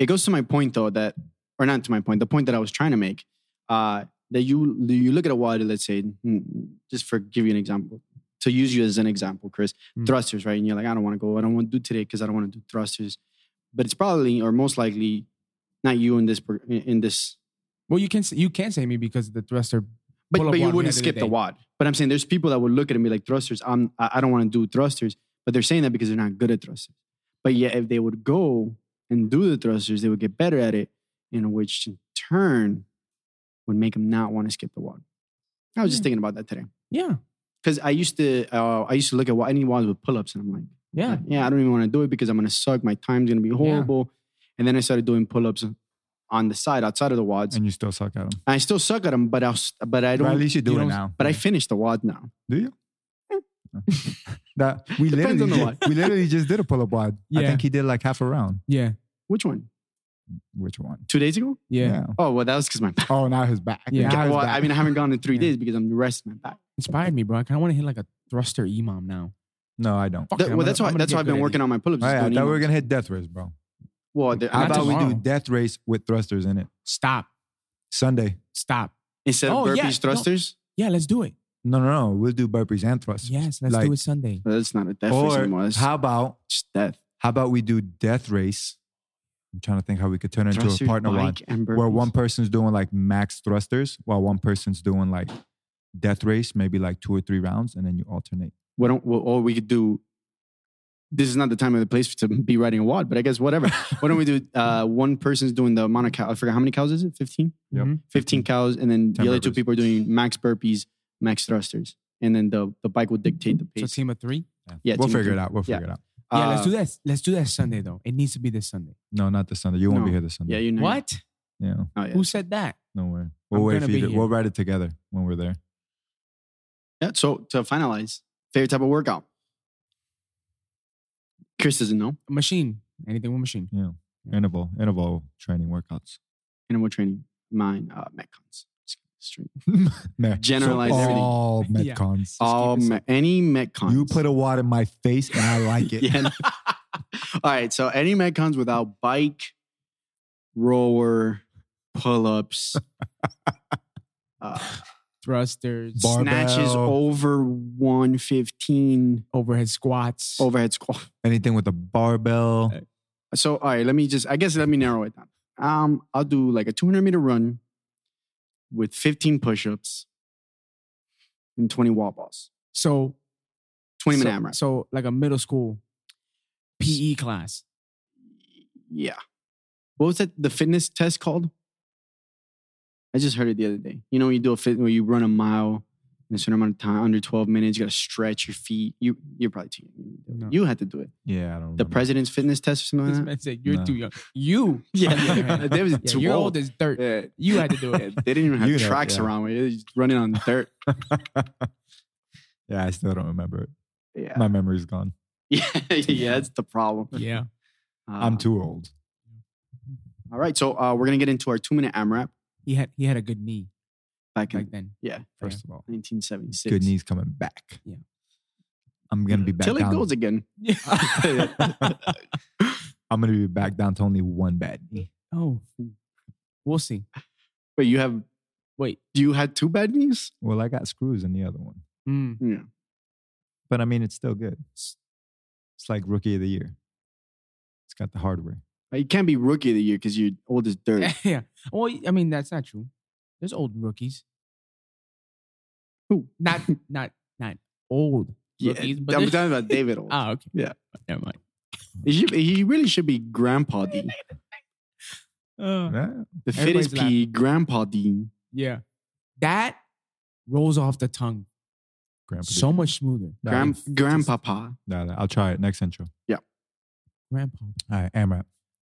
Speaker 1: It goes to my point though that, or not to my point, the point that I was trying to make. Uh, that you you look at a wad. Let's say, mm, just for give you an example, to use you as an example, Chris,
Speaker 3: Mm.
Speaker 1: thrusters, right? And you're like, I don't want to go. I don't want to do today because I don't want to do thrusters. But it's probably or most likely not you in this per- in in this
Speaker 3: Well, you can say, you can say me because the thruster.
Speaker 1: But,
Speaker 3: pull up
Speaker 1: but you
Speaker 3: wad we
Speaker 1: wouldn't
Speaker 3: had the other
Speaker 1: skip the
Speaker 3: day.
Speaker 1: wad. But I'm saying there's people that would look at it and be like, thrusters, I'm, I I don't want to do thrusters. But they're saying that because they're not good at thrusters. But yet, if they would go and do the thrusters, they would get better at it, in which in turn would make them not want to skip the wad. I was just
Speaker 3: Yeah.
Speaker 1: thinking about that today.
Speaker 3: Yeah,
Speaker 1: Because I used to, uh, I used to look at wa- any wads with pull-ups, and I'm like,
Speaker 3: yeah.
Speaker 1: yeah, I don't even want to do it because I'm gonna suck. My time's gonna be horrible. And then I started doing pull-ups on the side outside of the wads.
Speaker 2: And you still suck at them.
Speaker 1: I still suck at them, but I, was, but I
Speaker 2: But
Speaker 1: don't.
Speaker 2: at least you do
Speaker 3: you
Speaker 2: it
Speaker 3: don't-
Speaker 2: now.
Speaker 1: But I finished the wad now.
Speaker 2: Do you? that we
Speaker 1: Depends
Speaker 2: literally,
Speaker 1: on the
Speaker 2: ju- we literally just did a pull up wide. I
Speaker 3: Yeah.
Speaker 2: think he did like half a round.
Speaker 3: Yeah,
Speaker 1: Which one?
Speaker 2: Which one?
Speaker 1: Two days ago?
Speaker 3: yeah.
Speaker 1: Oh well, that was because my back.
Speaker 2: Oh, now his back.
Speaker 3: Yeah.
Speaker 2: Now his
Speaker 1: well,
Speaker 2: back.
Speaker 1: I mean, I haven't gone in three
Speaker 3: Yeah.
Speaker 1: days because I'm resting my back.
Speaker 3: Inspired me, bro. I kind of want to hit like a thruster imam now.
Speaker 2: no, I don't.
Speaker 3: Fuck
Speaker 1: That-
Speaker 3: it, I'm
Speaker 1: well,
Speaker 3: gonna-
Speaker 1: that's
Speaker 3: I'm
Speaker 1: why
Speaker 3: gonna
Speaker 1: that's
Speaker 3: get
Speaker 1: why I've
Speaker 3: good
Speaker 1: been
Speaker 3: at
Speaker 1: working on my pull-ups.
Speaker 2: All
Speaker 1: is
Speaker 2: right, Oh, I
Speaker 1: doing
Speaker 2: thought we
Speaker 1: emo.
Speaker 2: were gonna hit death race, bro.
Speaker 1: well, the,
Speaker 2: How
Speaker 1: I
Speaker 3: Not
Speaker 2: about
Speaker 1: thought
Speaker 2: we do
Speaker 3: tomorrow.
Speaker 2: death race with thrusters in it
Speaker 3: it. Stop,
Speaker 2: Sunday?
Speaker 3: stop.
Speaker 1: instead of
Speaker 3: Oh,
Speaker 1: burpees,
Speaker 3: yeah, no.
Speaker 1: thrusters.
Speaker 3: Yeah, let's do it.
Speaker 2: No, no, no. We'll do burpees and thrusters.
Speaker 3: Yes, let's
Speaker 2: Like-
Speaker 3: do it Sunday.
Speaker 1: Well, that's not a death race
Speaker 2: Or
Speaker 1: anymore. That's
Speaker 2: how about
Speaker 1: just death.
Speaker 2: how about we do death race? I'm trying to think how we could turn it into
Speaker 1: Thruster,
Speaker 2: a partner wide.
Speaker 1: bike, and burpees.
Speaker 2: where one person's doing like max thrusters while one person's doing like death race, maybe like two or three rounds, and then you alternate.
Speaker 1: Why don't? Well, or we could do. This is not the time or the place to be riding a wad, but I guess whatever. Why don't we do? Uh, one person's doing the amount of cow. I forgot how many cows is it? Fifteen.
Speaker 2: Yep.
Speaker 3: Mm-hmm.
Speaker 1: 15 cows, and then the
Speaker 2: 10
Speaker 1: other two
Speaker 2: burpees.
Speaker 1: people are doing max burpees, max thrusters, and then the the bike will dictate the
Speaker 3: Mm-hmm. So
Speaker 1: pace.
Speaker 3: team of three.
Speaker 1: Yeah,
Speaker 2: we'll
Speaker 1: team of
Speaker 2: figure
Speaker 1: two.
Speaker 2: it out. We'll
Speaker 1: Yeah.
Speaker 2: figure it out.
Speaker 3: Yeah, let's
Speaker 1: Uh,
Speaker 3: do that. Let's do that Sunday though. It needs to be this Sunday.
Speaker 2: No, not this Sunday. You won't
Speaker 1: No.
Speaker 2: be here this Sunday.
Speaker 1: Yeah, you know.
Speaker 3: What?
Speaker 2: Yeah.
Speaker 1: Oh, yeah.
Speaker 3: Who said that?
Speaker 2: No way. We'll
Speaker 3: I'm
Speaker 2: wait
Speaker 3: gonna
Speaker 2: for you.
Speaker 3: be
Speaker 2: To,
Speaker 3: here.
Speaker 2: we'll write it together when we're there.
Speaker 1: Yeah, so to finalize, favorite type of workout. Chris doesn't know.
Speaker 3: Machine. Anything with machine.
Speaker 2: Yeah.
Speaker 3: Yeah.
Speaker 2: Interval, interval training workouts.
Speaker 1: Animal training. Mine, uh, Metcons. Just Straight.
Speaker 2: Meh.
Speaker 1: Generalize everything.
Speaker 2: all
Speaker 3: Yeah.
Speaker 2: metcons.
Speaker 1: All
Speaker 3: it
Speaker 1: me- any Metcons.
Speaker 2: You put a wad in my face and I like it.
Speaker 1: yeah. All right. So any Metcons without bike, rower, pull ups, uh,
Speaker 3: Thrusters.
Speaker 2: Bar-
Speaker 1: snatches
Speaker 2: Barbell.
Speaker 1: over 115,
Speaker 3: overhead squats.
Speaker 1: overhead squat.
Speaker 2: Anything with a barbell.
Speaker 1: So, all right, let me just, I guess, let me narrow it down. Um, I'll do like a 200 meter run with 15 push ups and 20 wall balls.
Speaker 3: So
Speaker 1: 20 minute
Speaker 3: so,
Speaker 1: AMRAP.
Speaker 3: So like a middle school PE class.
Speaker 1: Yeah. What was that? The fitness test called? I just heard it the other day. You know, when you do a fit, when you run a mile in a certain amount of time, under 12 minutes, you got to stretch your feet. You, you're probably too young.
Speaker 3: No.
Speaker 1: You had to do it.
Speaker 2: Yeah, I don't.
Speaker 1: The
Speaker 2: remember.
Speaker 1: president's fitness test or something
Speaker 3: This
Speaker 1: like that.
Speaker 3: man said you're
Speaker 2: No.
Speaker 3: too young. You,
Speaker 1: Yeah, they was
Speaker 3: yeah,
Speaker 1: too
Speaker 3: you're
Speaker 1: old.
Speaker 3: old as dirt.
Speaker 1: Yeah.
Speaker 3: You had to do
Speaker 1: Yeah,
Speaker 3: it.
Speaker 1: they didn't even have
Speaker 2: You had-
Speaker 1: tracks
Speaker 2: yeah.
Speaker 1: around it. They were just running on dirt.
Speaker 2: yeah, I still don't remember it.
Speaker 1: Yeah.
Speaker 2: My memory's gone.
Speaker 1: yeah, yeah, that's the problem.
Speaker 3: yeah.
Speaker 1: Uh,
Speaker 2: I'm too old.
Speaker 1: All right, so uh, we're gonna get into our two-minute AMRAP
Speaker 3: He had he had a good knee
Speaker 1: back in
Speaker 3: back then.
Speaker 1: yeah,
Speaker 2: First of all,
Speaker 1: 1976.
Speaker 2: good knees coming back.
Speaker 3: Yeah.
Speaker 2: I'm gonna be back
Speaker 1: Till it
Speaker 2: down.
Speaker 1: goes again.
Speaker 2: I'm gonna be back down to only one bad knee.
Speaker 3: oh. We'll see.
Speaker 1: Wait, you have
Speaker 3: Wait.
Speaker 1: do you had two bad knees?
Speaker 2: Well, I got screws in the other one,
Speaker 3: Mm.
Speaker 1: Yeah.
Speaker 2: but I mean, it's still good. It's, it's like rookie of the year. It's got the hardware.
Speaker 1: You can't be rookie of the year because you're old as dirt.
Speaker 3: yeah. Well, I mean, that's not true. There's old rookies.
Speaker 1: Who?
Speaker 3: Not not not old
Speaker 1: Yeah,
Speaker 3: rookies. But
Speaker 1: I'm
Speaker 3: there's-
Speaker 1: talking about David Old.
Speaker 3: Ah, okay.
Speaker 1: Yeah.
Speaker 3: Never mind.
Speaker 1: he, should- he really should be Grandpa D.
Speaker 3: Uh,
Speaker 2: Yeah.
Speaker 1: The fittest P,
Speaker 3: Everybody's
Speaker 1: Grandpa D.
Speaker 3: yeah. That rolls off the tongue
Speaker 2: Grandpa. did-
Speaker 3: so much smoother.
Speaker 2: Nah,
Speaker 1: Grand, grandpapa.
Speaker 2: nah, nah, I'll try it next intro.
Speaker 3: Grandpa.
Speaker 2: All right, AMRAP.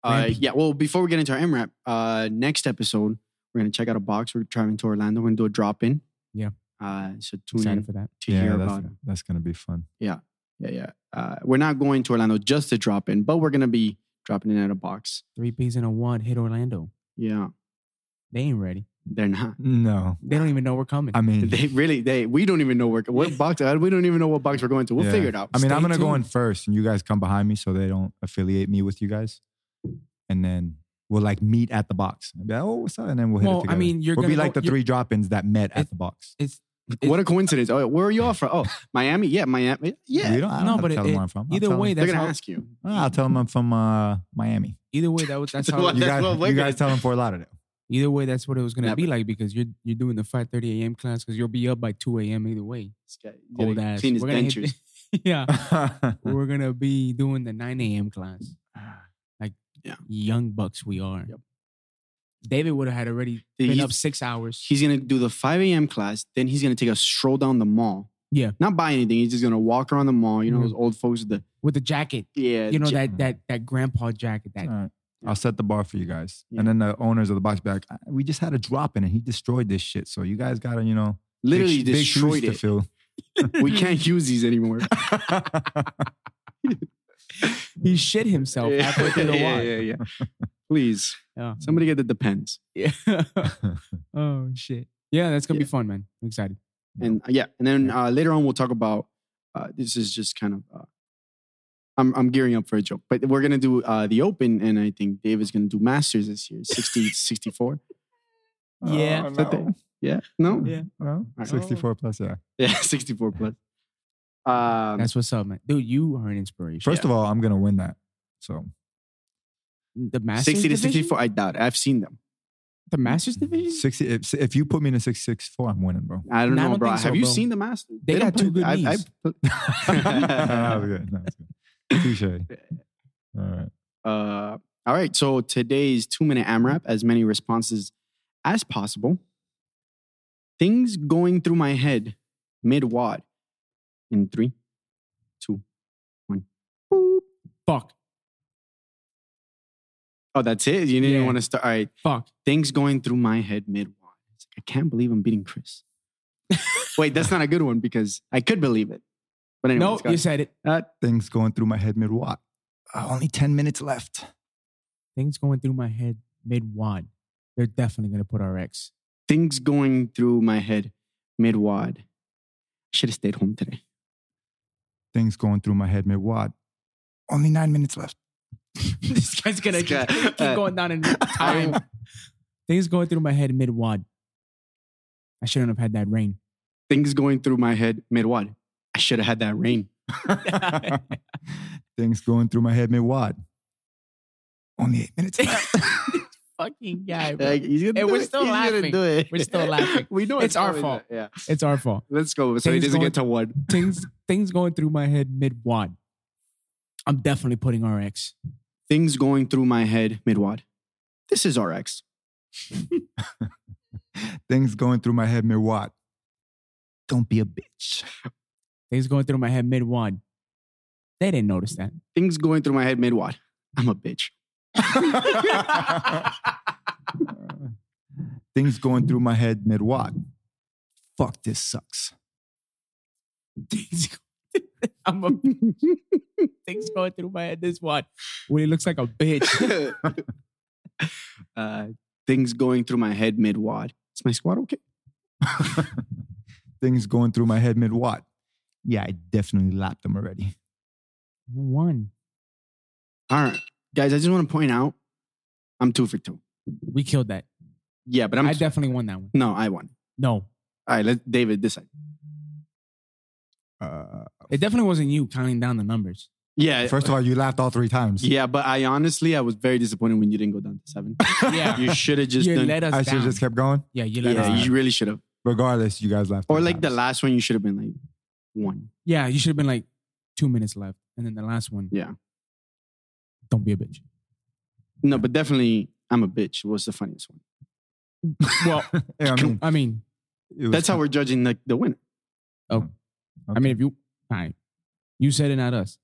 Speaker 1: Uh,
Speaker 3: Grandpa.
Speaker 1: yeah. Well, before we get into our MRAP, uh, next episode we're gonna check out a box. We're traveling to Orlando. We're gonna do a drop in.
Speaker 3: Yeah.
Speaker 1: Uh, so tune in
Speaker 3: Excited for that.
Speaker 1: to
Speaker 2: yeah,
Speaker 1: hear
Speaker 2: that's,
Speaker 1: about it.
Speaker 2: that's gonna be fun.
Speaker 1: Yeah, yeah. Uh, we're not going to Orlando just to drop in, but we're gonna be dropping in at a box.
Speaker 3: Three P's in a one hit Orlando.
Speaker 1: Yeah,
Speaker 3: They ain't ready.
Speaker 1: they're not.
Speaker 2: No,
Speaker 3: They don't even know we're coming.
Speaker 2: I mean,
Speaker 1: They really, they. We don't even know where what box. uh, We don't even know what box we're going to. We'll
Speaker 2: Yeah.
Speaker 1: figure it out.
Speaker 2: I mean,
Speaker 3: Stay
Speaker 2: I'm gonna go
Speaker 3: tuned.
Speaker 2: in first, and you guys come behind me so they don't affiliate me with you guys, and then we'll like meet at the box. And be like, oh, what's up? And then we'll hit
Speaker 3: Well,
Speaker 2: it
Speaker 3: I
Speaker 2: together.
Speaker 3: mean, you're
Speaker 2: we'll be
Speaker 3: gonna
Speaker 2: like
Speaker 3: go-
Speaker 2: the
Speaker 3: you're-
Speaker 2: three drop-ins that met at
Speaker 3: It-
Speaker 2: the box.
Speaker 3: it's
Speaker 1: what a coincidence! Oh, where are you all from? Oh, Miami. Yeah, Miami. Yeah.
Speaker 2: we don't, I don't
Speaker 3: No,
Speaker 2: have
Speaker 3: but
Speaker 2: to
Speaker 3: it-
Speaker 2: tell them
Speaker 3: it-
Speaker 2: where I'm from. I'll
Speaker 3: either
Speaker 2: tell
Speaker 3: way,
Speaker 2: them,
Speaker 1: They're
Speaker 3: that's
Speaker 1: gonna
Speaker 3: how.
Speaker 1: ask you.
Speaker 2: Ah, I'll tell them I'm from uh, Miami.
Speaker 3: Either way, that was that's how.
Speaker 1: What?
Speaker 2: You
Speaker 1: That's
Speaker 2: guys,
Speaker 1: what we're
Speaker 2: you
Speaker 1: gonna-
Speaker 2: guys tell them Fort Lauderdale.
Speaker 3: Either way, that's what it was gonna
Speaker 1: Never.
Speaker 3: be like because you're you're doing the 5:30 a.m. class because you'll be up by 2 a.m. either way.
Speaker 1: This guy- he's
Speaker 3: Old
Speaker 1: gonna
Speaker 3: ass.
Speaker 1: Clean his
Speaker 3: We're gonna hit
Speaker 1: dentures.
Speaker 3: the- yeah, we're gonna be doing the 9 a.m. class. Like
Speaker 1: Ah. Yeah.
Speaker 3: young bucks, we are.
Speaker 1: Yep.
Speaker 3: David would have had already
Speaker 1: Dude,
Speaker 3: been
Speaker 1: he's-
Speaker 3: up six hours.
Speaker 1: He's gonna do the 5 a.m. class. Then he's gonna take a stroll down the mall.
Speaker 3: Yeah.
Speaker 1: Not buy anything. He's just gonna walk around the mall. You know
Speaker 3: Mhm.
Speaker 1: those old folks with the
Speaker 3: with the jacket.
Speaker 1: yeah.
Speaker 3: You know
Speaker 1: j-
Speaker 3: that that that grandpa jacket. That
Speaker 2: All right. I'll set the bar for you guys,
Speaker 1: Yeah.
Speaker 2: and then the owners of the box back. We just had a drop in, and he destroyed this shit. So you guys gotta, you know, big
Speaker 1: literally
Speaker 2: sh- big shoes
Speaker 1: destroyed
Speaker 2: to
Speaker 1: it.
Speaker 2: fill.
Speaker 1: We can't use these anymore.
Speaker 3: he shit himself halfway through the walk.
Speaker 1: yeah, yeah, yeah. Please, somebody get the depends.
Speaker 3: Yeah. oh shit. Yeah, that's gonna
Speaker 1: Yeah.
Speaker 3: be fun, man. I'm excited.
Speaker 1: And uh, yeah, and then uh, later on we'll talk about. Uh, this is just kind of. Uh, I'm I'm gearing up for a joke, but we're gonna do uh, the open, and I think Dave is gonna do masters this year, 60, 64.
Speaker 3: Yeah.
Speaker 2: Oh,
Speaker 1: But they-
Speaker 2: no.
Speaker 1: Yeah, no,
Speaker 3: Yeah.
Speaker 2: Oh, Well,
Speaker 1: right.
Speaker 2: 64 plus, yeah.
Speaker 1: yeah, 64 plus. Um,
Speaker 3: That's what's up, man. Dude, you are an inspiration.
Speaker 2: First of all, I'm going to win that. So,
Speaker 3: the Masters
Speaker 1: 60 to
Speaker 3: division?
Speaker 1: 64. I doubt. it. I've seen them.
Speaker 3: The Masters division?
Speaker 2: 60, if, if you put me in a 664, I'm winning, bro.
Speaker 1: I don't
Speaker 3: No, I
Speaker 1: know,
Speaker 3: don't
Speaker 1: bro.
Speaker 3: think so,
Speaker 1: Have you
Speaker 3: bro.
Speaker 1: seen the masters?
Speaker 3: They
Speaker 1: don't
Speaker 3: got two
Speaker 1: put-
Speaker 3: good
Speaker 1: I've-
Speaker 3: knees.
Speaker 1: I've put-
Speaker 2: that was good. That was good. Touche. All right.
Speaker 1: Uh, all right. So today's two minute AMRAP, as many responses as possible. Things going through my head mid wad in three, two, one. Boop.
Speaker 3: Fuck.
Speaker 1: Oh, that's it? You didn't
Speaker 3: Yeah.
Speaker 1: want to start. All right.
Speaker 3: Fuck.
Speaker 1: Things going through my head mid wad. It's like, I can't believe I'm beating Chris. Wait, that's not a good one because I could believe it. But anyway,
Speaker 3: no, you said it.
Speaker 2: Things going through my head mid what? only 10 minutes left.
Speaker 3: Things going through my head mid wad. They're definitely gonna put our ex.
Speaker 1: things going through my head mid wad. Should have stayed home today.
Speaker 2: Things going through my head mid what? Only nine minutes left.
Speaker 3: this guy's gonna
Speaker 1: This guy-
Speaker 3: just keep
Speaker 1: uh,
Speaker 3: going down in time. Things going through my head mid wad. I shouldn't have had that rain.
Speaker 1: Things going through my head mid wad. I should have had that rain.
Speaker 2: Things going through my head mid what? Only eight minutes left.
Speaker 3: fucking guy, bro.
Speaker 1: Like, he's gonna
Speaker 3: And
Speaker 1: do
Speaker 3: we're
Speaker 1: it.
Speaker 3: still
Speaker 1: He's gonna
Speaker 3: laughing.
Speaker 1: do it.
Speaker 3: We're still laughing.
Speaker 1: we know
Speaker 3: It's our
Speaker 1: coming.
Speaker 3: fault.
Speaker 1: Yeah.
Speaker 3: It's our fault.
Speaker 1: Let's go. So he
Speaker 3: Things
Speaker 1: doesn't
Speaker 3: going-
Speaker 1: get to one.
Speaker 3: Things things going through my head mid wad. I'm definitely putting RX.
Speaker 1: Things going through my head midwad. This is RX.
Speaker 2: Things going through my head, Mirwat. Don't be a bitch.
Speaker 3: Things going through my head mid wad. They didn't notice that.
Speaker 1: Things going through my head midwad. I'm a bitch.
Speaker 2: Things going through my head, Mirwat. Fuck, this sucks.
Speaker 3: Things I'm a, things going through my head this wad. When he looks like a bitch.
Speaker 1: uh, things going through my head midwad. Is my squad okay?
Speaker 2: Things going through my head, Mirwat. Yeah, I definitely lapped them already.
Speaker 3: One.
Speaker 1: All right, guys. I just want to point out, I'm two for two.
Speaker 3: We killed that.
Speaker 1: Yeah, but I'm
Speaker 3: I definitely won that one.
Speaker 1: no, I won.
Speaker 3: No.
Speaker 1: All right, let David decide.
Speaker 2: Uh,
Speaker 3: It definitely wasn't you counting down the numbers.
Speaker 1: Yeah,
Speaker 2: first of all, you lapped all three times.
Speaker 1: yeah, but I honestly, I was very disappointed when you didn't go down to seven.
Speaker 3: Yeah.
Speaker 1: you should have just
Speaker 3: you
Speaker 1: done.
Speaker 3: let us
Speaker 2: I should
Speaker 3: down.
Speaker 2: have just kept going.
Speaker 3: yeah, you let us
Speaker 1: yeah,
Speaker 3: down.
Speaker 1: you really should have.
Speaker 2: Regardless, you guys lapped.
Speaker 1: Or
Speaker 2: three
Speaker 1: like the
Speaker 2: times.
Speaker 1: last one, you should have been like one.
Speaker 3: Yeah, you should have been like two minutes left. And then the last one,
Speaker 1: Yeah.
Speaker 3: don't be a bitch.
Speaker 1: No, but definitely, I'm a bitch. Was the funniest one.
Speaker 3: Well,
Speaker 2: Yeah, I mean,
Speaker 3: I mean,
Speaker 2: it was-
Speaker 1: That's how we're judging the, the winner.
Speaker 3: I mean, if you, all right, you said it, not us.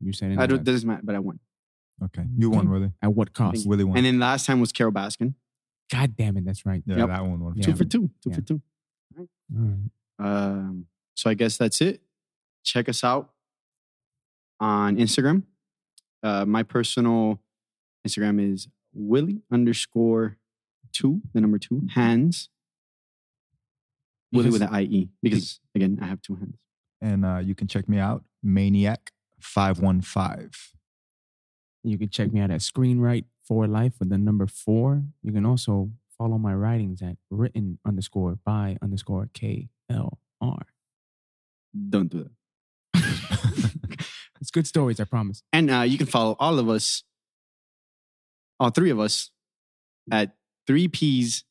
Speaker 3: You said it. Not
Speaker 1: I don't.
Speaker 3: us.
Speaker 1: Doesn't matter. But I won.
Speaker 2: Okay, you won, Willie.
Speaker 3: At what cost?
Speaker 2: Willie won.
Speaker 1: And then last time was Carol Baskin.
Speaker 3: God damn it, that's right.
Speaker 2: yeah,
Speaker 1: Yep.
Speaker 2: that one won.
Speaker 3: Yeah.
Speaker 1: Two for two. Two for
Speaker 3: Yeah.
Speaker 1: two.
Speaker 3: All right.
Speaker 1: Um, so I guess that's it. Check us out on Instagram. Uh, my personal Instagram is Willie underscore two, the number two, hands. Willie with
Speaker 3: Because-
Speaker 1: an IE. Because again, I have two hands.
Speaker 2: And uh, you can check me out, Maniac five one five.
Speaker 3: You can check me out at Screenwrite for Life with the number four. You can also follow my writings at written underscore by underscore K L R.
Speaker 1: Don't do that.
Speaker 3: It's good stories, I promise.
Speaker 1: And uh, you can follow all of us, all three of us, at three P's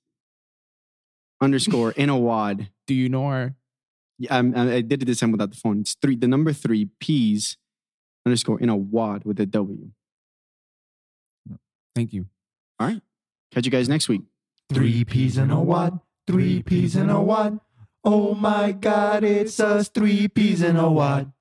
Speaker 1: underscore in a wad.
Speaker 3: Do you know our
Speaker 1: Yeah, I'm- I, I did it this time without the phone. It's three. The number three P's underscore in a wad with a W.
Speaker 3: thank you?
Speaker 1: Catch you guys next week.
Speaker 2: Three peas in a wad. Three peas in a wad. Oh my God, it's us. Three peas in a wad.